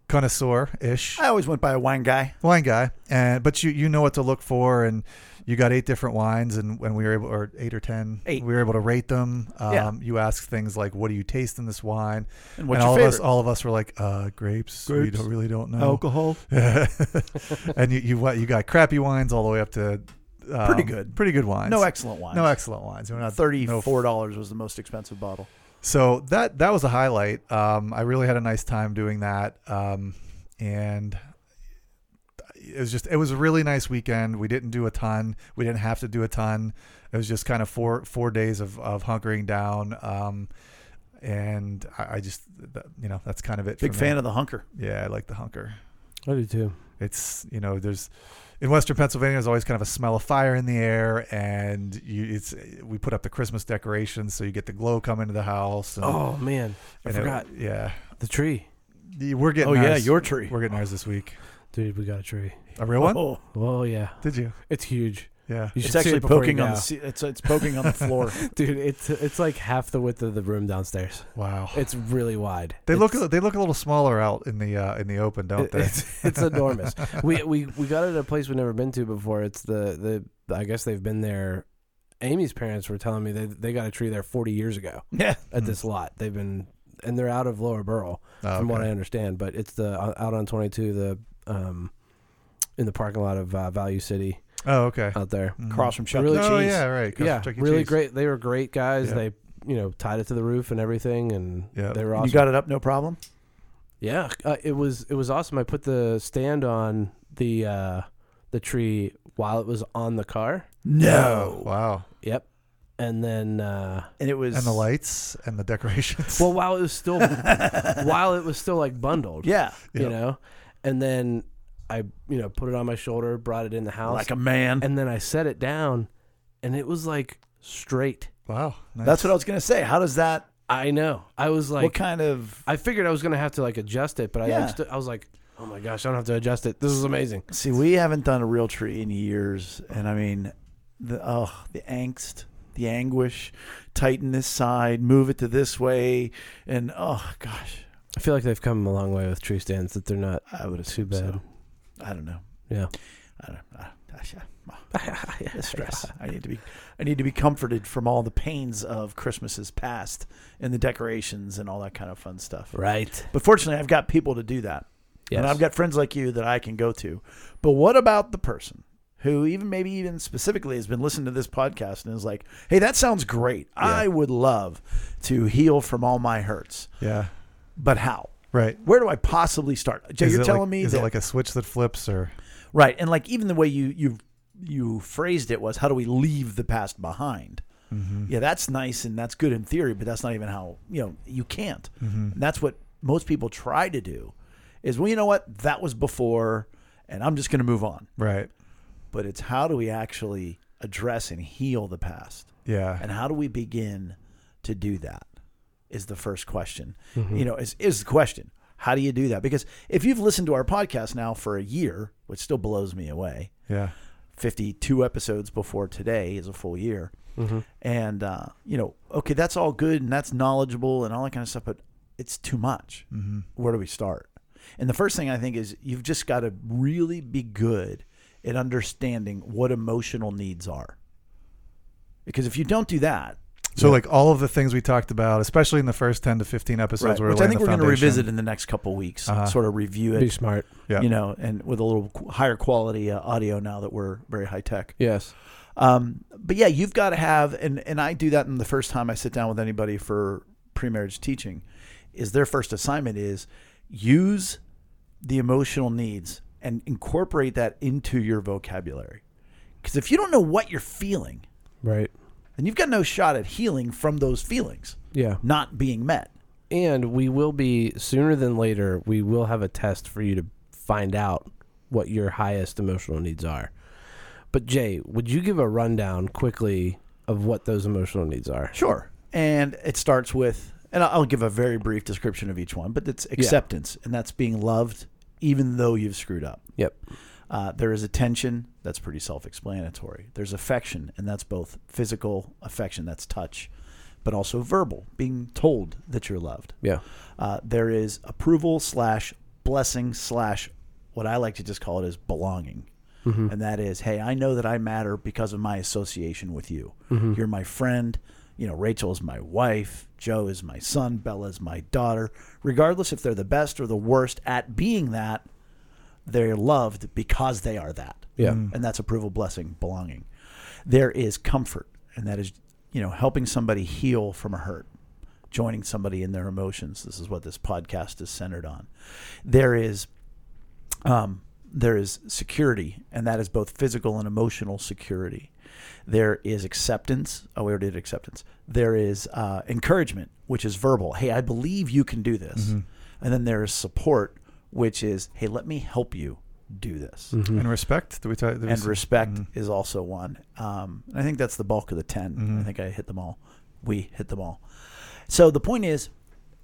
A: connoisseur ish
B: I always went by a wine guy.
A: wine guy, and but you you know what to look for, and you got eight different wines, and when we were able, or eight or ten,
B: Eight.
A: we were able to rate them. Um,
B: Yeah.
A: You ask things like, "What do you taste in this wine?"
B: And what's
A: and all
B: your
A: of us,
B: favorite?
A: all of us were like, uh, "Grapes." We
B: Grapes. Oh,
A: don't, really don't know.
B: Alcohol.
A: *laughs* and you you what you got crappy wines all the way up to um,
B: Pretty good.
A: pretty good wines.
B: No excellent wine.
A: no excellent wines. We're not no
B: Thirty-four dollars was the most expensive bottle.
A: so that that was a highlight. Um, I really had a nice time doing that, um, and it was just it was a really nice weekend. We didn't do a ton. We didn't have to do a ton. It was just kind of four four days of of hunkering down. Um, and I, I just that- you know that's kind of it.
B: Big
A: for
B: fan
A: me.
B: of the hunker.
A: yeah, I like the hunker.
C: I do too.
A: It's you know there's. In Western Pennsylvania, there's always kind of a smell of fire in the air, and you, it's we put up the Christmas decorations, so you get the glow coming to the house. And,
C: Oh man, I
A: and it-
C: forgot
A: yeah,
C: the tree,
A: the- We're getting
B: Oh yeah,
A: ours-
B: your tree.
A: we're getting ours this week.
C: dude. We got a tree.
A: A real one?
B: Oh,
C: Oh yeah,
A: Did you?
C: it's huge.
A: Yeah.
C: You
B: it's
C: should see
B: actually
C: it before you
B: poking on
C: go.
B: the se- it's it's poking on the floor.
C: *laughs* dude. It's it's like half the width of the room downstairs.
A: Wow.
C: It's really wide.
A: They
C: it's,
A: look *laughs* they look a little smaller out in the uh, in the open, don't
C: it-
A: they?
C: It's,
A: *laughs*
C: it's enormous. we we we got it at a place we've never been to before. It's the the I guess they've been there. Amy's parents were telling me they they got a tree there 40 years ago
B: yeah,
C: at
A: Hmm.
C: this lot. They've been and they're out of Lower Borough.
A: Oh,
C: from what I
A: okay.
C: understand. But it's the uh, out on 22, the um, in the parking lot of uh, Value City
A: Oh, okay.
C: out there.
A: Mhm.
B: across from Chuck E.
C: Really
A: Oh
C: Uh, Cheese.
A: yeah, right. Across
C: yeah,
A: from Chuck E.
C: really
A: Cheese.
C: great. They were great guys.
A: Yeah.
C: They you know tied it to the roof and everything, and
A: Yeah.
C: they were
B: And
C: awesome.
B: You got it up, no problem.
C: yeah, uh, it was it was awesome. I put the stand on the uh, the tree while it was on the car.
A: Oh, wow.
C: Yep, and then uh,
B: and it was
A: And the
B: *laughs*
A: lights and the decorations.
C: well while it was still *laughs* while it was still like bundled.
B: Yeah,
A: Yeah.
C: you know, and then. I you know put it on my shoulder, brought it in the house,
B: like a man.
C: and then I set it down, and it was like straight.
A: wow. Nice.
B: That's what I was gonna say. How does that?
C: I know. I was
B: what
C: like,
B: kind of
C: I figured I was gonna have to like adjust it, but I
B: Yeah.
C: like, st- I was like, oh my gosh, I don't have to adjust it. This is amazing.
B: See, we haven't done a real tree in years, and I mean, the oh, the angst, the anguish, tighten this side, move it to this way, and oh gosh,
C: I feel like they've come a long way with tree stands that they're not
B: I would
C: too
B: assume
C: bad.
B: so. I don't know.
C: Yeah.
B: I don't. I, I, I, stress. *laughs* I need to be. I need to be comforted from all the pains of Christmases past and the decorations and all that kind of fun stuff.
C: *laughs* Right.
B: But fortunately, I've got people to do that.
C: Yes.
B: And I've got friends like you that I can go to. But what about the person who, even maybe even specifically, has been listening to this podcast and is like, hey, that sounds great. I would love to heal from all my hurts.
A: yeah.
B: But how?
A: Right.
B: Where do I possibly start? Jay,
A: Is
B: you're
A: it
B: telling
A: like,
B: me
A: is
B: that,
A: it like a switch that flips or
B: right? And like even the way you you you phrased it was, how do we leave the past behind?
A: Mhm.
B: Yeah, that's nice and that's good in theory, but that's not even how you know you can't.
A: Mhm.
B: And that's what most people try to do is, well, you know what? That was before, and I'm just going to move on.
A: right?
B: But it's how do we actually address and heal the past?
A: Yeah.
B: And how do we begin to do that? Is the first question. You know, is, is the question. How do you do that? Because if you've listened to our podcast now for a year, which still blows me away,
A: Yeah.
B: 52 episodes before today is a full year.
A: Mm-hmm.
C: Mhm.
B: And, uh, you know, okay, that's all good and that's knowledgeable and all that kind of stuff, but it's too much
A: hmm
B: where do we start? And the first thing I think is you've just got to really be good at understanding what emotional needs are. Because if you don't do that,
A: So
C: Yeah.
A: like all of the things we talked about, especially in the first ten to fifteen episodes, where we're
B: Which I
A: laying
B: think
A: the
B: we're going to
A: foundation.
B: revisit in the next couple weeks,
A: Uh-huh.
B: sort of review
C: Be
B: it,
C: smart.
A: Yeah.
B: you know, and with a little qu- higher quality uh, audio now that we're very high tech.
C: Yes.
B: Um, but yeah, you've got to have, and, and I do that in the first time I sit down with anybody for pre-marriage teaching, is their first assignment is use the emotional needs and incorporate that into your vocabulary. Because if you don't know what you're feeling,
C: Right.
B: then you've got no shot at healing from those feelings
C: Yeah.
B: not being met.
C: And we will be sooner than later, we will have a test for you to find out what your highest emotional needs are. But Jay, would you give a rundown quickly of what those emotional needs are?
B: Sure. And it starts with, and I'll I'll give a very brief description of each one, but it's acceptance, and that's being loved even though you've screwed up.
C: Yep.
B: Uh, there is attention, that's pretty self explanatory. There's affection, and that's both physical affection, that's touch, but also verbal, being told that you're loved.
C: Yeah.
B: Uh, there is approval slash blessing slash what I like to just call it is belonging. And that is, hey, I know that I matter because of my association with you. You're my friend. You know, Rachel is my wife. Joe is my son. Bella is my daughter. Regardless if they're the best or the worst at being that, they're loved because they are that.
C: Yeah.
B: And that's approval, blessing, belonging. There is comfort, and that is, you know, helping somebody heal from a hurt, joining somebody in their emotions. This is what this podcast is centered on. There is um, there is security, and that is both physical and emotional security. There is acceptance. Oh, we already did acceptance. There is uh, encouragement, which is verbal. Hey, I believe you can do this. And then there is support, which is, hey, let me help you do this.
A: and respect. Do we talk? did we
B: And
A: s-
B: respect
C: Mm-hmm.
B: is also one. Um, and I think that's the bulk of the 10.
C: Mm-hmm.
B: I think I hit them all. We hit them all. So the point is,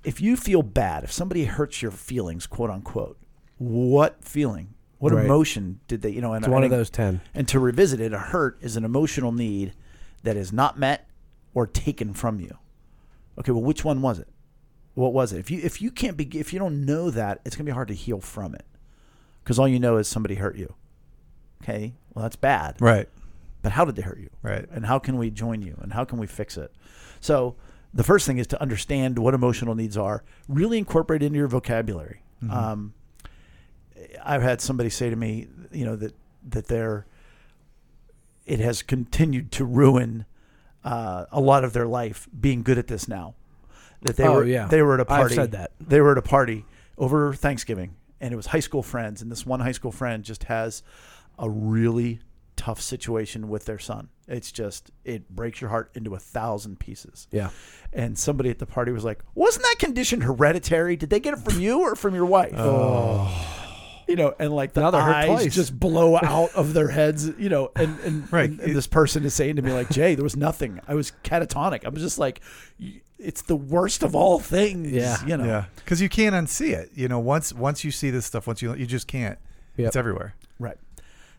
B: if you feel bad, if somebody hurts your feelings, quote unquote, what feeling, what
C: Right.
B: emotion did they, you know, and,
C: It's one of
B: and-
C: those 10.
B: and to revisit it, a hurt is an emotional need that is not met or taken from you. Okay, well, which one was it? What was it? If you if you can't be if you don't know that, it's gonna be hard to heal from it, because all you know is somebody hurt you. Okay, well that's bad.
A: Right.
B: But how did they hurt you?
A: Right.
B: And how can we join you? And how can we fix it? So the first thing is to understand what emotional needs are. Really incorporate into your vocabulary.
C: Mm-hmm.
B: Um, I've had somebody say to me, you know, that that their it has continued to ruin uh, a lot of their life being good at this now. That they
C: Oh,
B: were
C: yeah.
B: they were at a
C: I've
B: party.
C: said that.
B: They were at a party over Thanksgiving, and it was high school friends. And this one high school friend just has a really tough situation with their son. It's just it breaks your heart into a thousand pieces.
C: Yeah.
B: And somebody at the party was like, "Wasn't that condition hereditary? Did they get it from you or from your wife?" *sighs* You know, and like the
A: Oh. Now they're hurt
B: eyes
A: twice.
B: just blow out of their heads. You know, and and,
A: Right.
B: and- and this person is saying to me like, "Jay, there was nothing. I was catatonic. I was just like, y- it's the worst of all things."
C: Yeah.
B: You know.
A: Yeah. Because you can't unsee it. You know, once once you see this stuff, once you you just can't.
C: Yep.
A: It's everywhere.
B: Right.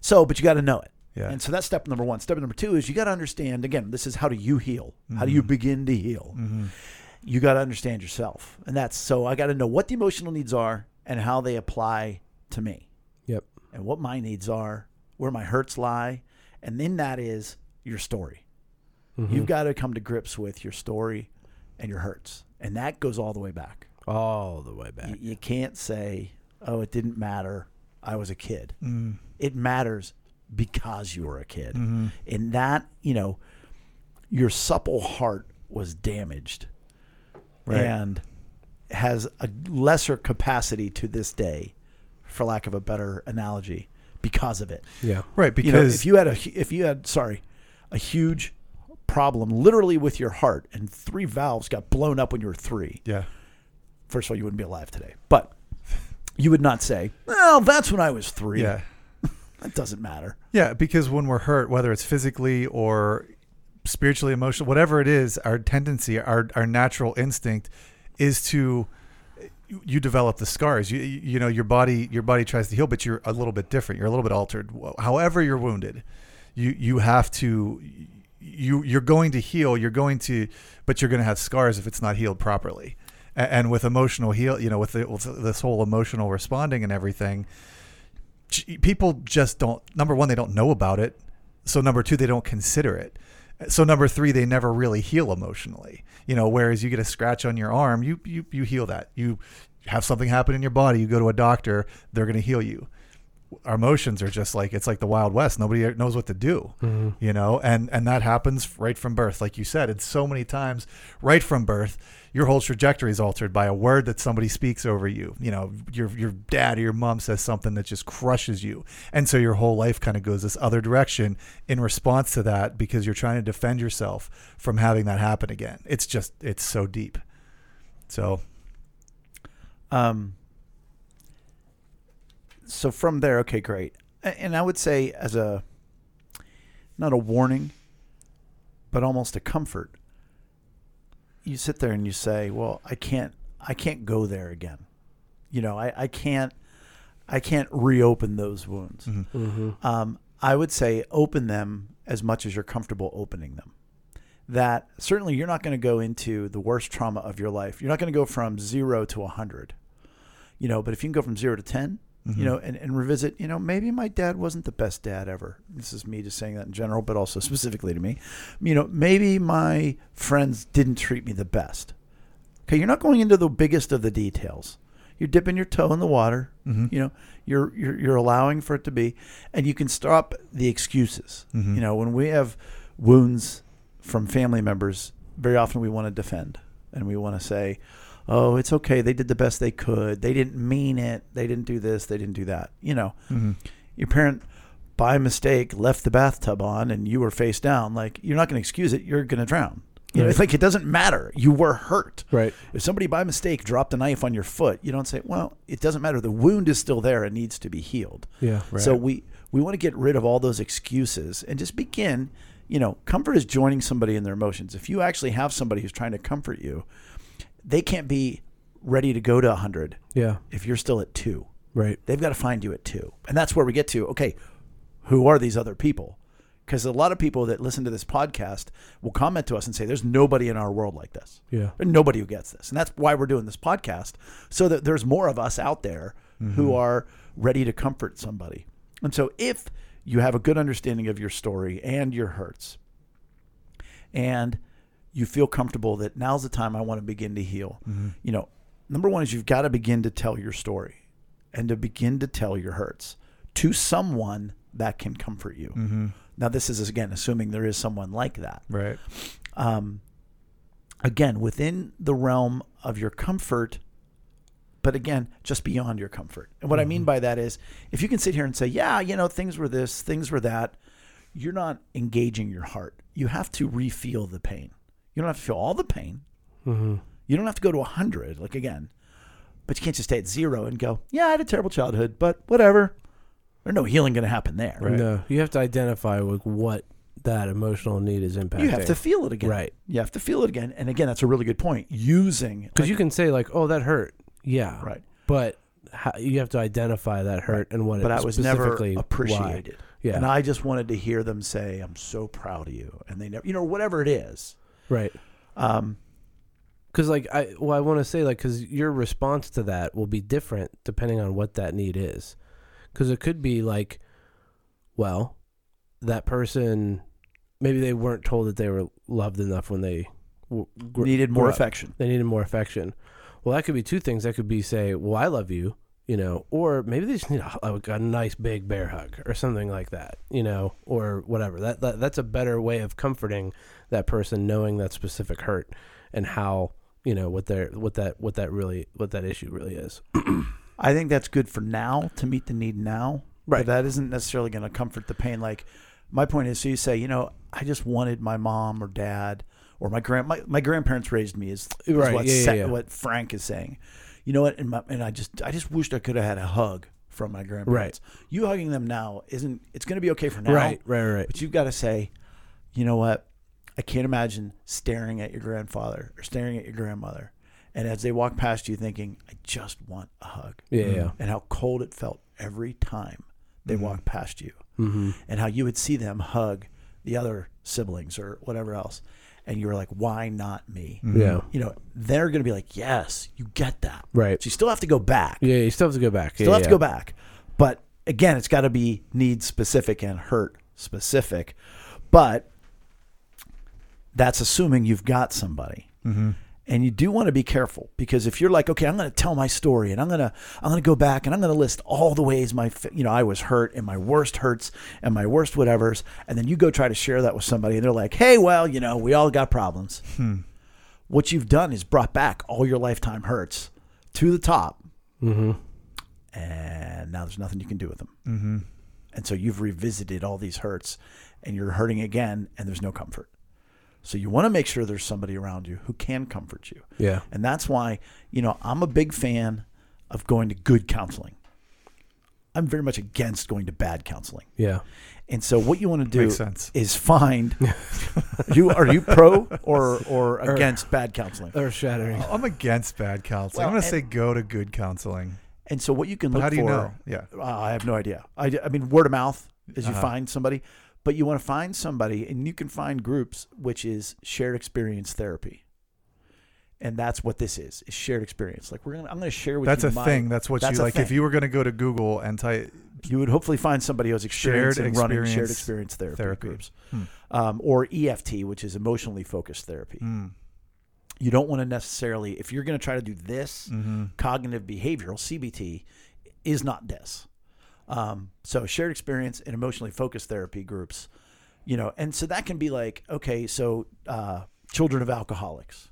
B: So, but you got to know it.
A: Yeah.
B: And so that's step number one. Step number two is you got to understand again, this is how do you heal? How do you begin to heal? You got to understand yourself. And that's so I got to know what the emotional needs are and how they apply to me
C: Yep.
B: and what my needs are, where my hurts lie. And then that is your story. You've got to come to grips with your story and your hurts. And that goes all the way back.
C: All the way back.
B: You, you can't say, "Oh, it didn't matter. I was a kid."
A: Mm.
B: It matters because you were a kid,
A: Mm-hmm.
B: and that you know, your supple heart was damaged,
A: Right.
B: and has a lesser capacity to this day, for lack of a better analogy, because of it.
C: Yeah.
A: Right. Because
B: You know, if you had a hu- if you had sorry, a huge problem literally with your heart, and three valves got blown up when you were three
A: yeah.
B: first of all, you wouldn't be alive today. But you would not say, "Well, that's when I was three.
A: Yeah.
B: That doesn't matter."
A: Yeah, because when we're hurt, whether it's physically or spiritually, emotional, whatever it is, our tendency, our our natural instinct is to you- you develop the scars. You you you know your body your body tries to heal, but you're a little bit different. You're a little bit altered. However, you're wounded. You you have to you you're going to heal. You're going to, but you're going to have scars if it's not healed properly. A- And with emotional heal, you know, with, the, with this whole emotional responding and everything, j- people just don't number one they don't know about it so number two they don't consider it So number three, they never really heal emotionally. You know, whereas you get a scratch on your arm, you you you heal that. You have something happen in your body, you go to a doctor, they're going to heal you. Our emotions are just like it's like the wild west. Nobody knows what to do, you know, and and that happens right from birth, like you said. And so many times, right from birth, your whole trajectory is altered by a word that somebody speaks over you. You know, your your dad or your mom says something that just crushes you, and so your whole life kind of goes this other direction in response to that because you're trying to defend yourself from having that happen again. It's just it's so deep. So
B: Um, so from there, okay, great. A- And I would say, as a not a warning, but almost a comfort, you sit there and you say, "Well, I can't, I can't go there again." You know, I, I can't, I can't reopen those wounds. Um, I would say open them as much as you're comfortable opening them that certainly you're not going to go into the worst trauma of your life. You're not going to go from zero to 100, you know, but if you can go from zero to 10, you know, and, and revisit, you know, maybe my dad wasn't the best dad ever. This is me just saying that in general, but also *laughs* specifically to me. You know, maybe my friends didn't treat me the best. Okay, you're not going into the biggest of the details. You're dipping your toe in the water. You know, you're, you're you're allowing for it to be, and you can stop the excuses. You know, when we have wounds from family members, very often we want to defend and we want to say, "Oh, it's okay. They did the best they could. They didn't mean it. They didn't do this. They didn't do that." You know, your parent by mistake left the bathtub on and you were face down. Like you're not going to excuse it. You're going to drown. You know, it's like it doesn't matter. You were hurt.
C: Right.
B: If somebody by mistake dropped a knife on your foot, you don't say, "Well, it doesn't matter. The wound is still there. It needs to be healed."
C: Yeah, right.
B: So we we want to get rid of all those excuses and just begin. You know, comfort is joining somebody in their emotions. If you actually have somebody who's trying to comfort you, they can't be ready to go to 100
C: Yeah.
B: if you're still at 2.
C: Right.
B: They've got to find you at two. And that's where we get to okay, who are these other people? Because a lot of people that listen to this podcast will comment to us and say, there's nobody in our world like this.
C: Yeah.
B: There's nobody who gets this. And that's why we're doing this podcast, so that there's more of us out there who are ready to comfort somebody. And so if you have a good understanding of your story and your hurts, and you feel comfortable that now's the time I want to begin to heal. You know, number one is you've got to begin to tell your story and to begin to tell your hurts to someone that can comfort you. Now, this is again assuming there is someone like that
A: right.
B: um, again within the realm of your comfort but again just beyond your comfort and what i
C: Mm-hmm.
B: mean by that is if you can sit here and say yeah you know things were this things were that you're not engaging your heart you have to refeel the pain you don't have to feel all the pain
C: Mm-hmm.
B: you don't have to go to 100 like again but you can't just stay at zero and go yeah i had a terrible childhood but whatever there's no healing going to happen there
C: No, you have to identify with what that emotional need is impacting.
B: you have to feel it again
C: Right.
B: you have to feel it again and again that's a really good point using
C: because you can say like, "Oh, that hurt." Yeah.
B: Right.
C: But how, you have to identify that hurt and what.
B: but I
C: it
B: was never
C: specifically- why.
B: appreciated.
C: Yeah.
B: And I just wanted to hear them say, I'm so proud of you. And they never, you know, whatever it is.
C: Right.
B: Um,
C: Because like I well I want to say like because your response to that will be different depending on what that need is, because it could be like, well, that person maybe they weren't told that they were loved enough when they w- gr-
B: needed more
C: grew up.
B: affection.
C: They needed more affection. Well, that could be two things. That could be say, "Well, I love you," you know, or maybe they just need a, a, a nice big bear hug or something like that, you know, or whatever. That, that that's a better way of comforting that person, knowing that specific hurt and how you know what their what that what that really what that issue really is.
B: I think that's good for now to meet the need now.
C: Right.
B: But that isn't necessarily going to comfort the pain. Like my point is, so you say, you know, I just wanted my mom or dad or my grand my, my grandparents raised me is, is
C: Right,
B: what
C: yeah, yeah,
B: Sa-
C: yeah.
B: what Frank is saying. You know what? And, my, and I just I just wished I could have had a hug from my grandparents. You hugging them now isn't it's going to be okay for now.
C: Right, right, right.
B: But you've got to say, you know what? I can't imagine staring at your grandfather or staring at your grandmother. And as they walk past you, thinking, I just want a hug.
C: Yeah, Mm-hmm. yeah.
B: And how cold it felt every time they walked past you.
C: Mm-hmm.
B: And how you would see them hug the other siblings or whatever else. And you were like, why not me?
C: Yeah.
B: You know, they're going to be like, yes, you get that.
C: Right.
B: So you still have to go back.
C: Yeah, you still have to go back.
B: Still have to go back. But again, it's got to be need specific and hurt specific. But that's assuming you've got somebody.
A: Mm-hmm.
B: And you do want to be careful because if you're like, okay, I'm going to tell my story and I'm going to I'm going to go back and I'm going to list all the ways my fa- you know I was hurt and my worst hurts and my worst whatevers, and then you go try to share that with somebody and they're like, hey, well, you know, we all got problems. What you've done is brought back all your lifetime hurts to the top,
C: Mm-hmm.
B: and now there's nothing you can do with them.
A: Mm-hmm.
B: And so you've revisited all these hurts and you're hurting again and there's no comfort. So you want to make sure there's somebody around you who can comfort you.
C: Yeah.
B: And that's why, you know, I'm a big fan of going to good counseling. I'm very much against going to bad counseling.
C: Yeah.
B: And so what you want to do
A: Makes sense. *laughs*
B: is find you are you pro or or
C: Or-
B: against bad counseling?
C: Earth shattering.
A: I'm against bad counseling. I'm
B: Well,
A: going to say go to good counseling.
B: And so what you can
A: But
B: look
A: how do you
B: for
A: know? Yeah.
B: Uh, I have no idea. I, I mean, word of mouth as you
A: Uh-huh.
B: find somebody, but you want to find somebody, and you can find groups which is shared experience therapy, and that's what this is: is shared experience. Like we're gonna, I'm gonna share with
A: That's
B: you
A: a
B: my-
A: thing. That's what
B: That's
A: you
B: a
A: like. If
B: thing.
A: you were going to go to Google and type,
B: You would hopefully find somebody who's experienced
A: Shared
B: in running shared
A: experience
B: experience therapy,
A: therapy.
B: groups,
A: Hmm.
B: um, or EFT, which is emotionally focused therapy.
A: mm,
B: You don't want to necessarily, if you're gonna try to do this,
A: hmm
B: cognitive behavioral CBT is not this. Um, so shared experience and emotionally focused therapy groups, you know, and so that can be like okay, so uh, children of alcoholics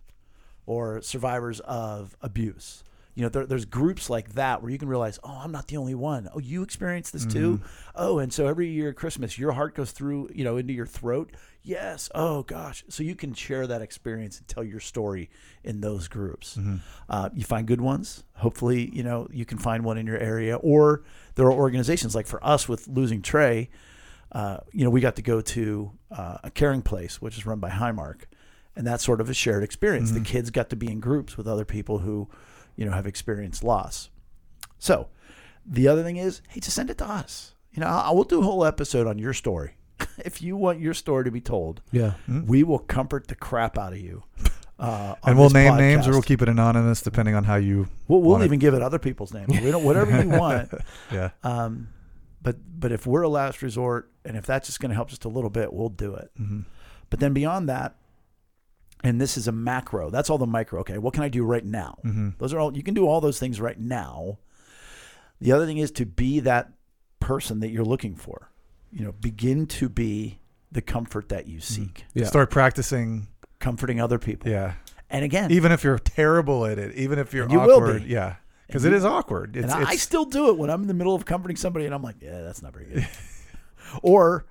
B: or survivors of abuse. You know, there, there's groups like that where you can realize, oh, I'm not the only one. Oh, you experienced this too. Oh, and so every year at Christmas, your heart goes through, you know, into your throat. Yes. Oh gosh. So you can share that experience and tell your story in those groups. Uh, you find good ones. Hopefully, you know, you can find one in your area, or there are organizations like for us with losing Trey. Uh, you know, we got to go to uh, a caring place, which is run by Highmark, and that's sort of a shared experience.
A: Mm-hmm.
B: The kids got to be in groups with other people who, you know, have experienced loss. So, the other thing is, hey, just send it to us. You know, I I will do a whole episode on your story. *laughs* if you want your story to be told,
C: Yeah.
B: we will comfort the crap out of you. Uh, on
A: Mm-hmm. *laughs* and we'll
B: this
A: name names or
B: podcast.
A: we'll keep it anonymous depending on how you.
B: We'll, we'll
A: want it.
B: even give it other people's names. We don't, whatever
A: *laughs*
B: you want.
A: Yeah.
B: Um, but but if we're a last resort, and if that's just going to help just a little bit, we'll do it.
A: Mm-hmm.
B: But then beyond that, and this is a macro. That's all the micro. Okay, what can I do right now?
A: Mm-hmm.
B: Those are all you can do. All those things right now. The other thing is to be that person that you're looking for. You know, begin to be the comfort that you seek,
C: Yeah.
A: Start practicing.
B: comforting other people.
A: Mm-hmm. Yeah.
B: And again,
A: Even if you're terrible at it, even if you're
B: And you will
A: awkward.
B: be.
A: Yeah. Because
B: And
A: it
B: you-
A: is awkward. It's,
B: and I, I
A: it's-
B: still do it when I'm in the middle of comforting somebody, and I'm like, yeah, that's not very good. *laughs* or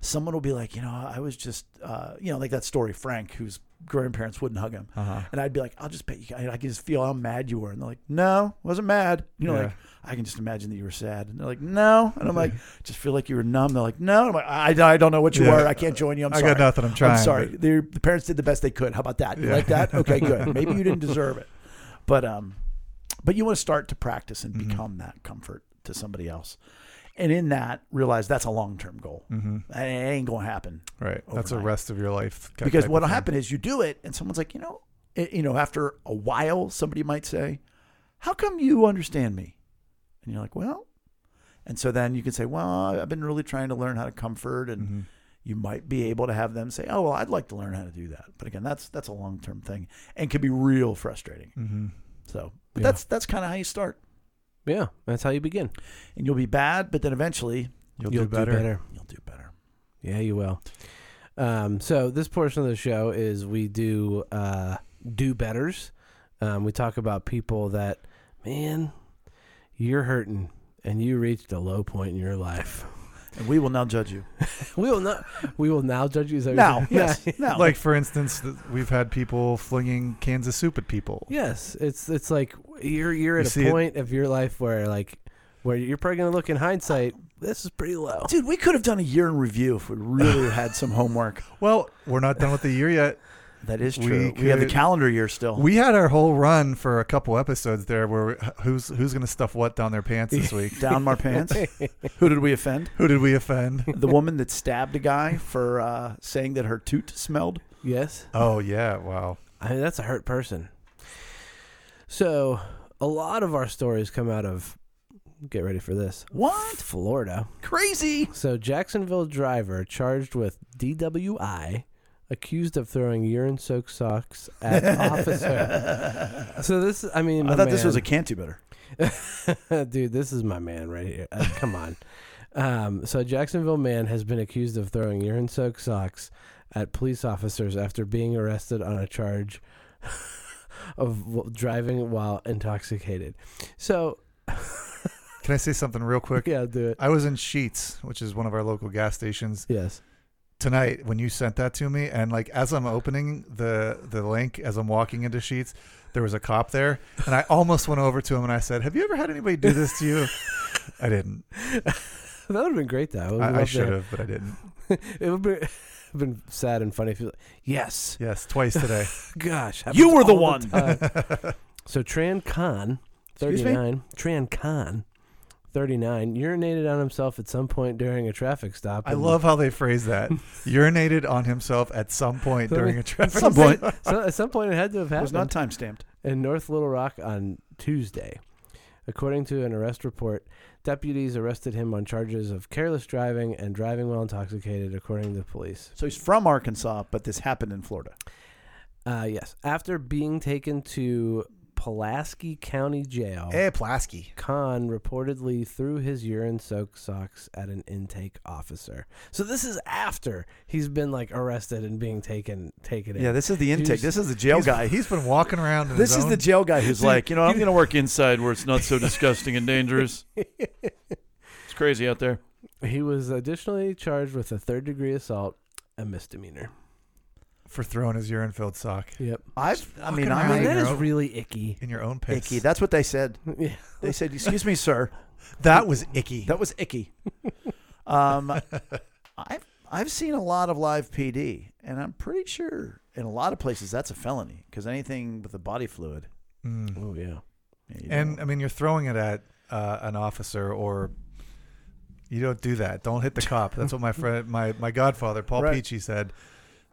B: someone will be like, you know, I was just, uh, you know, like that story Frank, whose grandparents wouldn't hug him,
A: uh-huh.
B: and I'd be like, I'll just bet you, I can just feel how mad you were, and they're like, no, wasn't mad. You know,
A: Yeah.
B: like I can just imagine that you were sad, and they're like, no, and
A: *laughs*
B: I'm like, just feel like you were numb. They're like, no, and I'm like, I, I don't know what you
A: Yeah.
B: were. I can't join you. I'm
A: I
B: sorry.
A: got nothing. I'm trying.
B: I'm sorry.
A: but-
B: The, the parents did the best they could. How about that? You
A: Yeah.
B: like that?
A: *laughs*
B: Okay, good. Maybe you didn't deserve it, but um, but you want to start to practice and
A: Mhm.
B: become that comfort to somebody else, and in that realize that's a long term goal.
A: Mhm.
B: It ain't gonna happen
A: Right. That's the
B: Overnight.
A: rest of your life. type-
B: because
A: type
B: what'll
A: of thing.
B: happen is you do it, and someone's like, you know, it, you know, after a while, somebody might say, "How come you understand me?" And you're like, "Well," and so then you can say, "Well, I've been really trying to learn how to comfort and."
A: Mhm.
B: you might be able to have them say, "Oh, well, I'd like to learn how to do that." But again, that's that's a long term thing and can be real frustrating.
A: Mhm.
B: So, but
C: Yeah.
B: that's that's kind of how you start,
C: Yeah. That's how you begin.
B: and you'll be bad, but then eventually
A: You'll, do better.
B: you'll do better.
C: Yeah, you will. Um, so this portion of the show is we do uh, do betters. Um, we talk about people that, man, you're hurting and you reached a low point in your life. *laughs*
B: And we will now judge you.
C: we will not. We will now judge you. Is that
A: *laughs*
C: what
B: Now,
C: you're
B: yes,
C: saying?
B: now,
A: Like for instance, th- we've had people flinging cans of soup at people.
C: *laughs* yes. It's it's like you're you're
A: You
C: at
A: see
C: a
A: it-
C: point of your life where like where you're probably gonna look in hindsight. This is pretty low.
B: dude, we could have done a year in review if we really had some homework.
A: Well, we're not done with the year yet.
B: That is
A: We
B: true. We, have the
A: could-
B: calendar year still.
A: We had our whole run for a couple episodes there, where we- who's who's gonna stuff what down their pants this week?
B: *laughs* down
A: *laughs*
B: my pants. Who did we offend?
A: Who did we offend?
B: The woman that stabbed a guy for uh, saying that her toot smelled.
C: Yes.
A: Oh yeah, wow.
C: I mean, that's a hurt person. So, a lot of our stories come out of, get ready for this,
B: What?
C: Florida.
B: Crazy.
C: So, Jacksonville driver charged with DWI, accused of throwing urine-soaked socks
B: *laughs*
C: at officer. So this, I mean,
B: I
C: my
B: thought this was
C: man-
B: a Cantu better.
C: *laughs* Dude, this is my man right here. Uh, come on. Um, so, a Jacksonville man has been accused of throwing urine soaked socks at police officers after being arrested on a charge *laughs* of w- driving while intoxicated. So,
A: Can I say something real quick?
C: yeah, do it.
A: I was in Sheets, which is one of our local gas stations
C: Yes. *laughs*
A: tonight when you sent that to me and like as I'm opening the the link as I'm walking into Sheets, there was a cop there and I almost went over to him and I said, "Have you ever had anybody do this to you?" I didn't.
C: That would have been great, though.
A: I, I should have, but I didn't.
C: *laughs* It would have been *laughs* sad and funny if you, yes,
A: Yes, twice today.
C: gosh.
B: You
C: happens
B: were the
C: all
B: one. *laughs*
C: time. so Tran Khan,
B: Excuse me?
C: 39, Tran Khan, 39, urinated on himself at some point during a traffic stop.
A: I
C: and- *laughs*
A: love how they phrase
B: *laughs*
A: that. Urinated on himself at some point during a traffic.
B: some point.
C: *laughs* So at some point, it had to have
B: It
C: happened
B: was not time stamped.
C: in North Little Rock on Tuesday. According to an arrest report, deputies arrested him on charges of careless driving and driving while intoxicated, according to police.
B: So he's from Arkansas, but this happened in Florida.
C: Uh, yes. After being taken to Pulaski County Jail,
B: Eh,
A: Hey, Plasky.
C: Khan reportedly threw his urine soaked socks at an intake officer. So this is after he's been like arrested and being taken taken in.
B: Yeah, this is the intake.
C: He's-
B: This is the jail
A: He's-
B: *laughs* guy.
A: He's been walking around. In
B: This
A: his
B: is
A: own-
B: the jail guy who's like, you know, I'm
D: I'm
B: gonna.
D: going
B: *laughs*
D: to work inside where it's not so disgusting and dangerous. It's crazy out there.
C: He was additionally charged with a third degree assault, a misdemeanor.
A: for throwing his urine-filled sock
C: Yep.
B: I've, I mean,
A: walking
C: I
A: around
B: I'm
C: mean
A: in
C: that
A: your
C: is
A: own- *laughs*
C: really icky.
A: in your own piss.
B: icky. That's what they said.
C: Yeah.
B: They said, "Excuse me, sir."
A: That was icky.
B: That was *laughs* icky. Um, I've I've seen a lot of live PD, and I'm pretty sure in a lot of places that's a felony because anything with the body fluid.
A: Mm.
C: Oh yeah.
B: you know.
A: And I mean, you're throwing it at uh, an officer, or you don't do that. Don't
B: *laughs*
A: hit the cop. That's what my friend, my my godfather, Paul
B: Right.
A: Peachy said.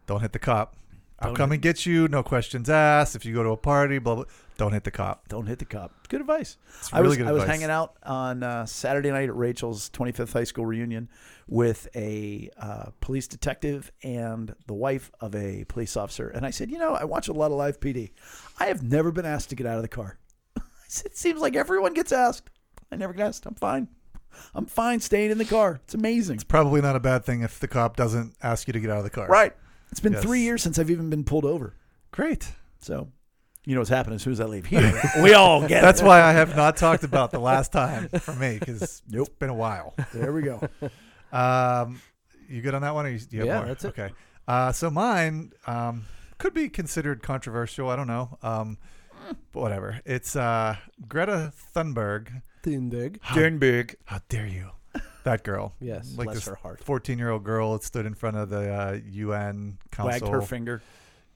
A: Don't hit the cop. I'll
B: Don't
A: come and get you. No questions asked. If you go to a party, blah blah. Don't hit the cop.
B: don't hit the cop. Good advice.
A: It's
B: I
A: really
B: was
A: good
B: I was
A: advice.
B: hanging out on uh, Saturday night at Rachel's 25th high school reunion with a uh, police detective and the wife of a police officer, and I said, you know, I watch a lot of live PD. I have never been asked to get out of the car. *laughs* I said, it seems like everyone gets asked. I never get asked. I'm fine. I'm fine staying in the car. It's amazing.
A: It's probably not a bad thing if the cop doesn't ask you to get out of the car.
B: Right. It's been
A: Yes.
B: three years since I've even been pulled over.
A: Great.
B: So, you know what's happening as soon as I leave
A: *laughs*
B: here. we all get
A: That's why I have not talked about the last time for me
B: *laughs*
A: because it's been a while.
B: There we go.
A: Um, you good on that one? Or you, do you have
C: Yeah,
A: more?
C: that's it.
A: Okay. Uh, so mine um, could be considered controversial. I don't know. Um, but whatever. It's uh, Greta Thunberg.
C: Thindig.
D: Dernberg.
A: How dare you? That girl.
C: Yes.
A: Like
B: Bless
A: this
B: her heart.
A: 14 year old girl that stood in front of the uh, UN
B: Wagged
A: council.
B: her finger.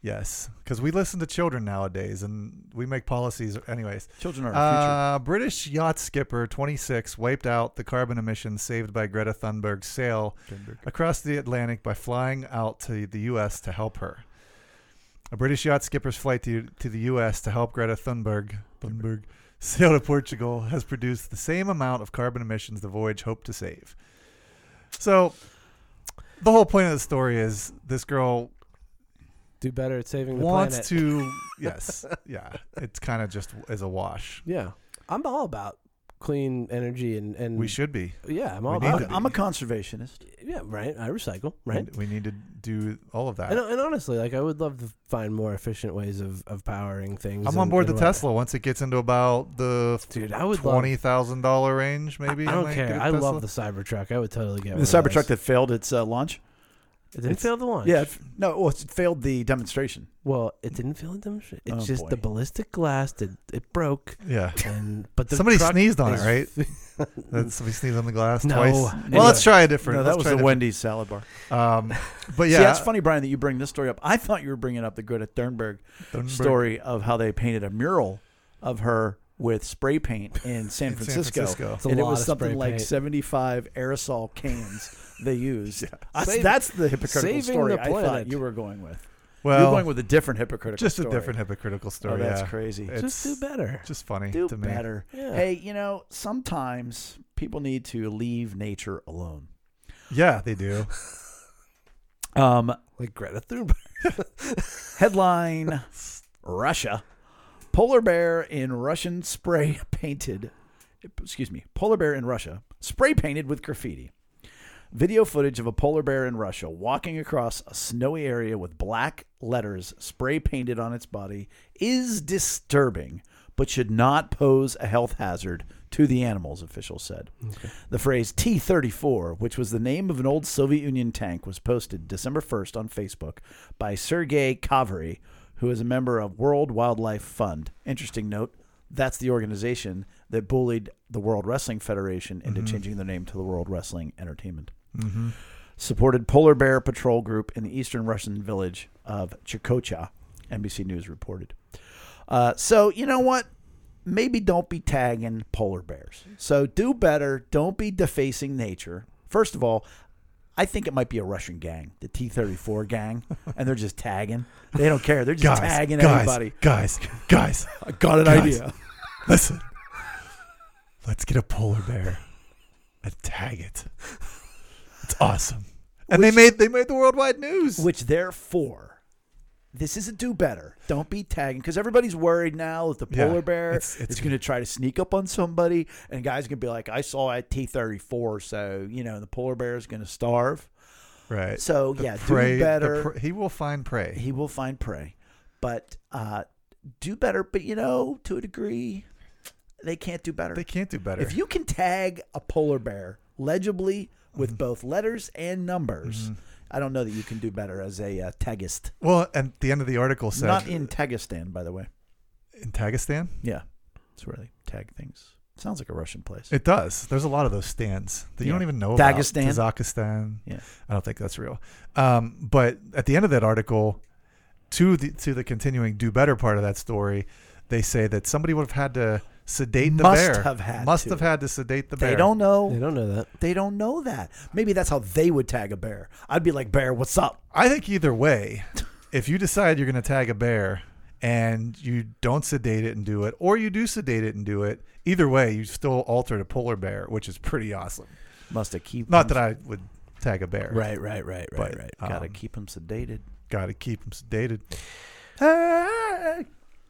A: Yes. Because we listen to children nowadays and we make policies. Anyways.
B: Children are our future.
A: Uh, British yacht skipper 26 wiped out the carbon emissions saved by Greta Thunberg's sail
B: Uh,
A: across the Atlantic by flying out to the U.S. to help her. A British yacht skipper's flight to, to the U.S. to help Greta Thunberg, Thunberg sail to Portugal has produced the same amount of carbon emissions the voyage hoped to save. So, the whole point of the story is this girl
C: Do better at saving the planet.
A: wants to. Yes, yeah, it's kind of just is a wash.
C: Yeah. I'm all about clean energy and and
A: We should be.
C: Yeah, I'm
A: we
C: all
A: need
C: about
A: to
C: it.
A: be.
B: I'm a conservationist.
C: Yeah, right. I recycle, right?
A: We need to do all of that.
C: And, and honestly, like I would love to find more efficient ways of, of powering things.
A: I'm on
C: and-
A: board the
C: and whatnot.
A: Tesla once it gets into about the
C: dude. I would love.
A: twenty thousand dollar range, maybe.
C: I
A: I
C: don't
A: might get
C: care.
A: a
C: I love the
A: Tesla.
C: Cybertruck. I would totally get
B: The
C: one of
B: Cybertruck
C: those.
B: that failed its uh, launch.
C: it didn't fail the launch.
B: Yeah, it, f- no, well, it failed the demonstration.
C: Well, it didn't fail the demonstration. It's
B: Oh,
C: just the
B: boy.
C: ballistic glass. Did it broke?
A: Yeah,
C: And but the
A: somebody
C: truck
A: sneezed on it,
C: is-
A: right? Then somebody sneezed on the glass
C: *laughs* No.
A: twice.
C: No.
A: Well, let's try a different.
B: No, that
A: let's
B: was
A: try
B: the
A: a different-
B: Wendy's salad bar.
A: Um, but
B: Yeah,
A: yeah,
B: See, that's funny, Brian, that you bring this story up. I thought you were bringing up the Greta Thunberg
A: Thunberg
B: story of how they painted a mural of her with spray paint in San
A: in
B: Francisco.
A: San Francisco.
C: a
B: and it
C: lot
B: was
C: of
B: something
C: spray
B: like
C: paint.
B: 75 aerosol cans they used. That's,
C: Save-
B: that's the hypocritical
C: saving
B: story
C: the
B: I thought
C: planet.
B: you were going with. You're
A: Well,
B: going with a different hypocritical
A: just
B: story.
A: a different hypocritical
B: Oh,
A: story.
B: that's
A: yeah.
B: crazy.
A: It's
C: Just do better.
A: just funny
B: Do
A: to me.
B: better.
C: Yeah.
B: Hey, you know, sometimes people need to leave nature alone.
A: Yeah, they do.
B: Um,
C: like Greta Thunberg.
B: Headline Russia. Polar bear in Russian spray *laughs* painted. Excuse me. Polar bear in Russia spray painted with graffiti. Video footage of a polar bear in Russia walking across a snowy area with black letters spray painted on its body is disturbing, but should not pose a health hazard to the animals, officials said. The phrase T 34, which was the name of an old Soviet Union tank, was posted December 1st on Facebook by Sergei Kavary, who is a member of World Wildlife Fund. Interesting note that's the organization that bullied the World Wrestling Federation into changing their name to the World Wrestling Entertainment. Supported Polar Bear Patrol Group in the eastern Russian village of Chukocha, NBC News reported. Uh, so, you know what? Maybe don't be tagging polar bears. So, do better. Don't be defacing nature. First of all, I think it might be a Russian gang, the T 34 gang, and they're just tagging. They don't care. They're just
A: guys,
B: tagging
A: guys,
B: everybody.
A: guys, guys.
B: I got an
A: Guys.
B: idea.
A: Listen, let's get a polar bear and tag it. It's awesome. And they made they made the worldwide news.
B: Which therefore, this is a do better. Don't be tagging because everybody's worried now that the
A: Yeah,
B: polar bear
A: it's- it's-
B: is going to try to sneak up on somebody, and guys gonna be like, "I saw a T thirty four, so you know the polar bear is going to starve."
A: right.
B: So
A: The
B: yeah,
A: prey-
B: do
A: the
B: better.
A: pre- he will find prey.
B: he will find prey, but uh, do better. But you know, to a degree, they can't do better.
A: they can't do better.
B: If you can tag a polar bear legibly with
A: Mm-hmm.
B: both letters and numbers, I don't know that you can do better as a uh, tagist.
A: well, and the end of the article said
B: Not in Tagistan, by the way.
A: in Tagistan.
B: Yeah, it's where they tag things. Sounds like a Russian place.
A: It does. There's a lot of those stands that you
B: Yeah.
A: don't even know
B: Dagestan.
A: about. Kazakhstan.
B: Yeah.
A: I don't think that's real. Um, but at the end of that article, to the to the continuing do better part of that story, they say that somebody would have had to sedate the
B: Must
A: bear.
B: have had
A: must
B: to.
A: have had to sedate the bear.
B: they don't
C: They
B: know.
C: don't know that.
B: They don't know that. Maybe that's how they would tag a bear. I'd be like, "Bear, what's up?"
A: I think either way, if you decide you're going to tag a bear and you don't sedate it and do it, or you do sedate it and do it, either way, you still altered a polar bear, which is pretty awesome.
B: Must have keep.
A: Not that I would tag a bear.
B: Right, right, right, right,
A: But,
B: right. Gotta
A: um,
B: keep them sedated.
A: Got to keep them sedated.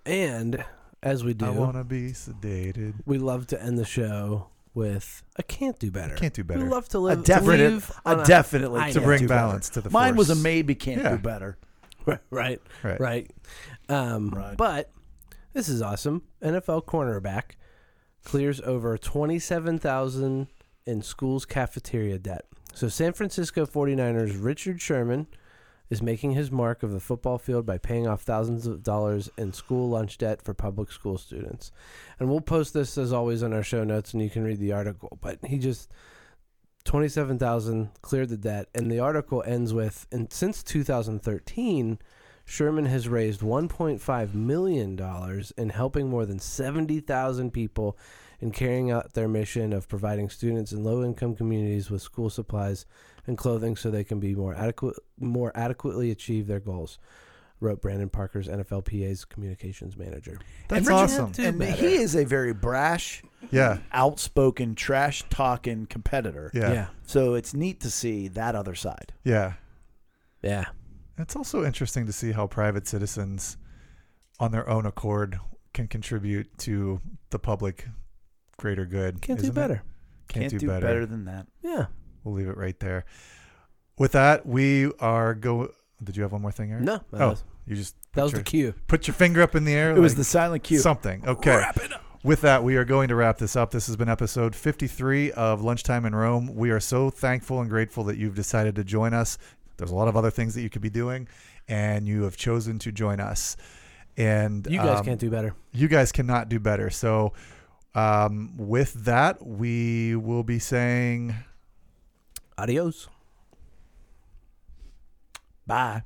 C: And as we do,
A: I want to be sedated.
C: we love to end the show with I can't do better.
A: Can't do better.
C: We love to
B: A
C: live. to
B: definite,
C: leave on
B: a definitely
C: I
B: can't
A: to
C: know.
B: do
A: bring
B: better.
A: balance to the
B: Mine was a
A: force.
B: maybe can't
A: Yeah.
B: do better.
C: *laughs* right,
A: Right.
C: right. Um,
B: Right.
C: But this is awesome. NFL cornerback clears over twenty-seven thousand in school's cafeteria debt. So San Francisco 49ers Richard Sherman is making his mark of the football field by paying off thousands of dollars in school lunch debt for public school students. And we'll post this as always on our show notes and you can read the article, but he just 27,000 cleared the debt and the article ends with and since 2013 Sherman has raised 1.5 million dollars in helping more than 70,000 people in carrying out their mission of providing students in low-income communities with school supplies and clothing so they can be more adequate more adequately achieve their goals. Wrote Brandon Parker's NFLPA's communications manager.
A: That's
B: Richard-
A: awesome.
C: Do
B: And
C: better.
B: he is a very brash,
A: Yeah.
B: outspoken, trash talking competitor.
A: Yeah. Yeah.
B: So it's neat to see that other side.
C: Yeah.
A: It's also interesting to see how private citizens, on their own accord, can contribute to the public greater good.
C: Can't
A: isn't
C: do
A: it?
C: better.
A: Can't, do, better.
B: than that.
C: Yeah.
A: We'll leave it right there. With that, we are go. Did you have one more thing, Eric?
C: No. That,
A: Oh,
C: was,
A: you just
C: that was
A: sure.
C: the cue.
A: put your finger up in the air.
B: It was the silent cue.
A: Something. Okay. With that, we are going to wrap this up. This has been episode 53 of Lunchtime in Rome. We are so thankful and grateful that you've decided to join us. There's a lot of other things that you could be doing, and you have chosen to join us. And
C: You guys
A: um,
C: can't do better.
A: You guys cannot do better. So, um, with that, we will be saying.
C: Adios.
B: Bye.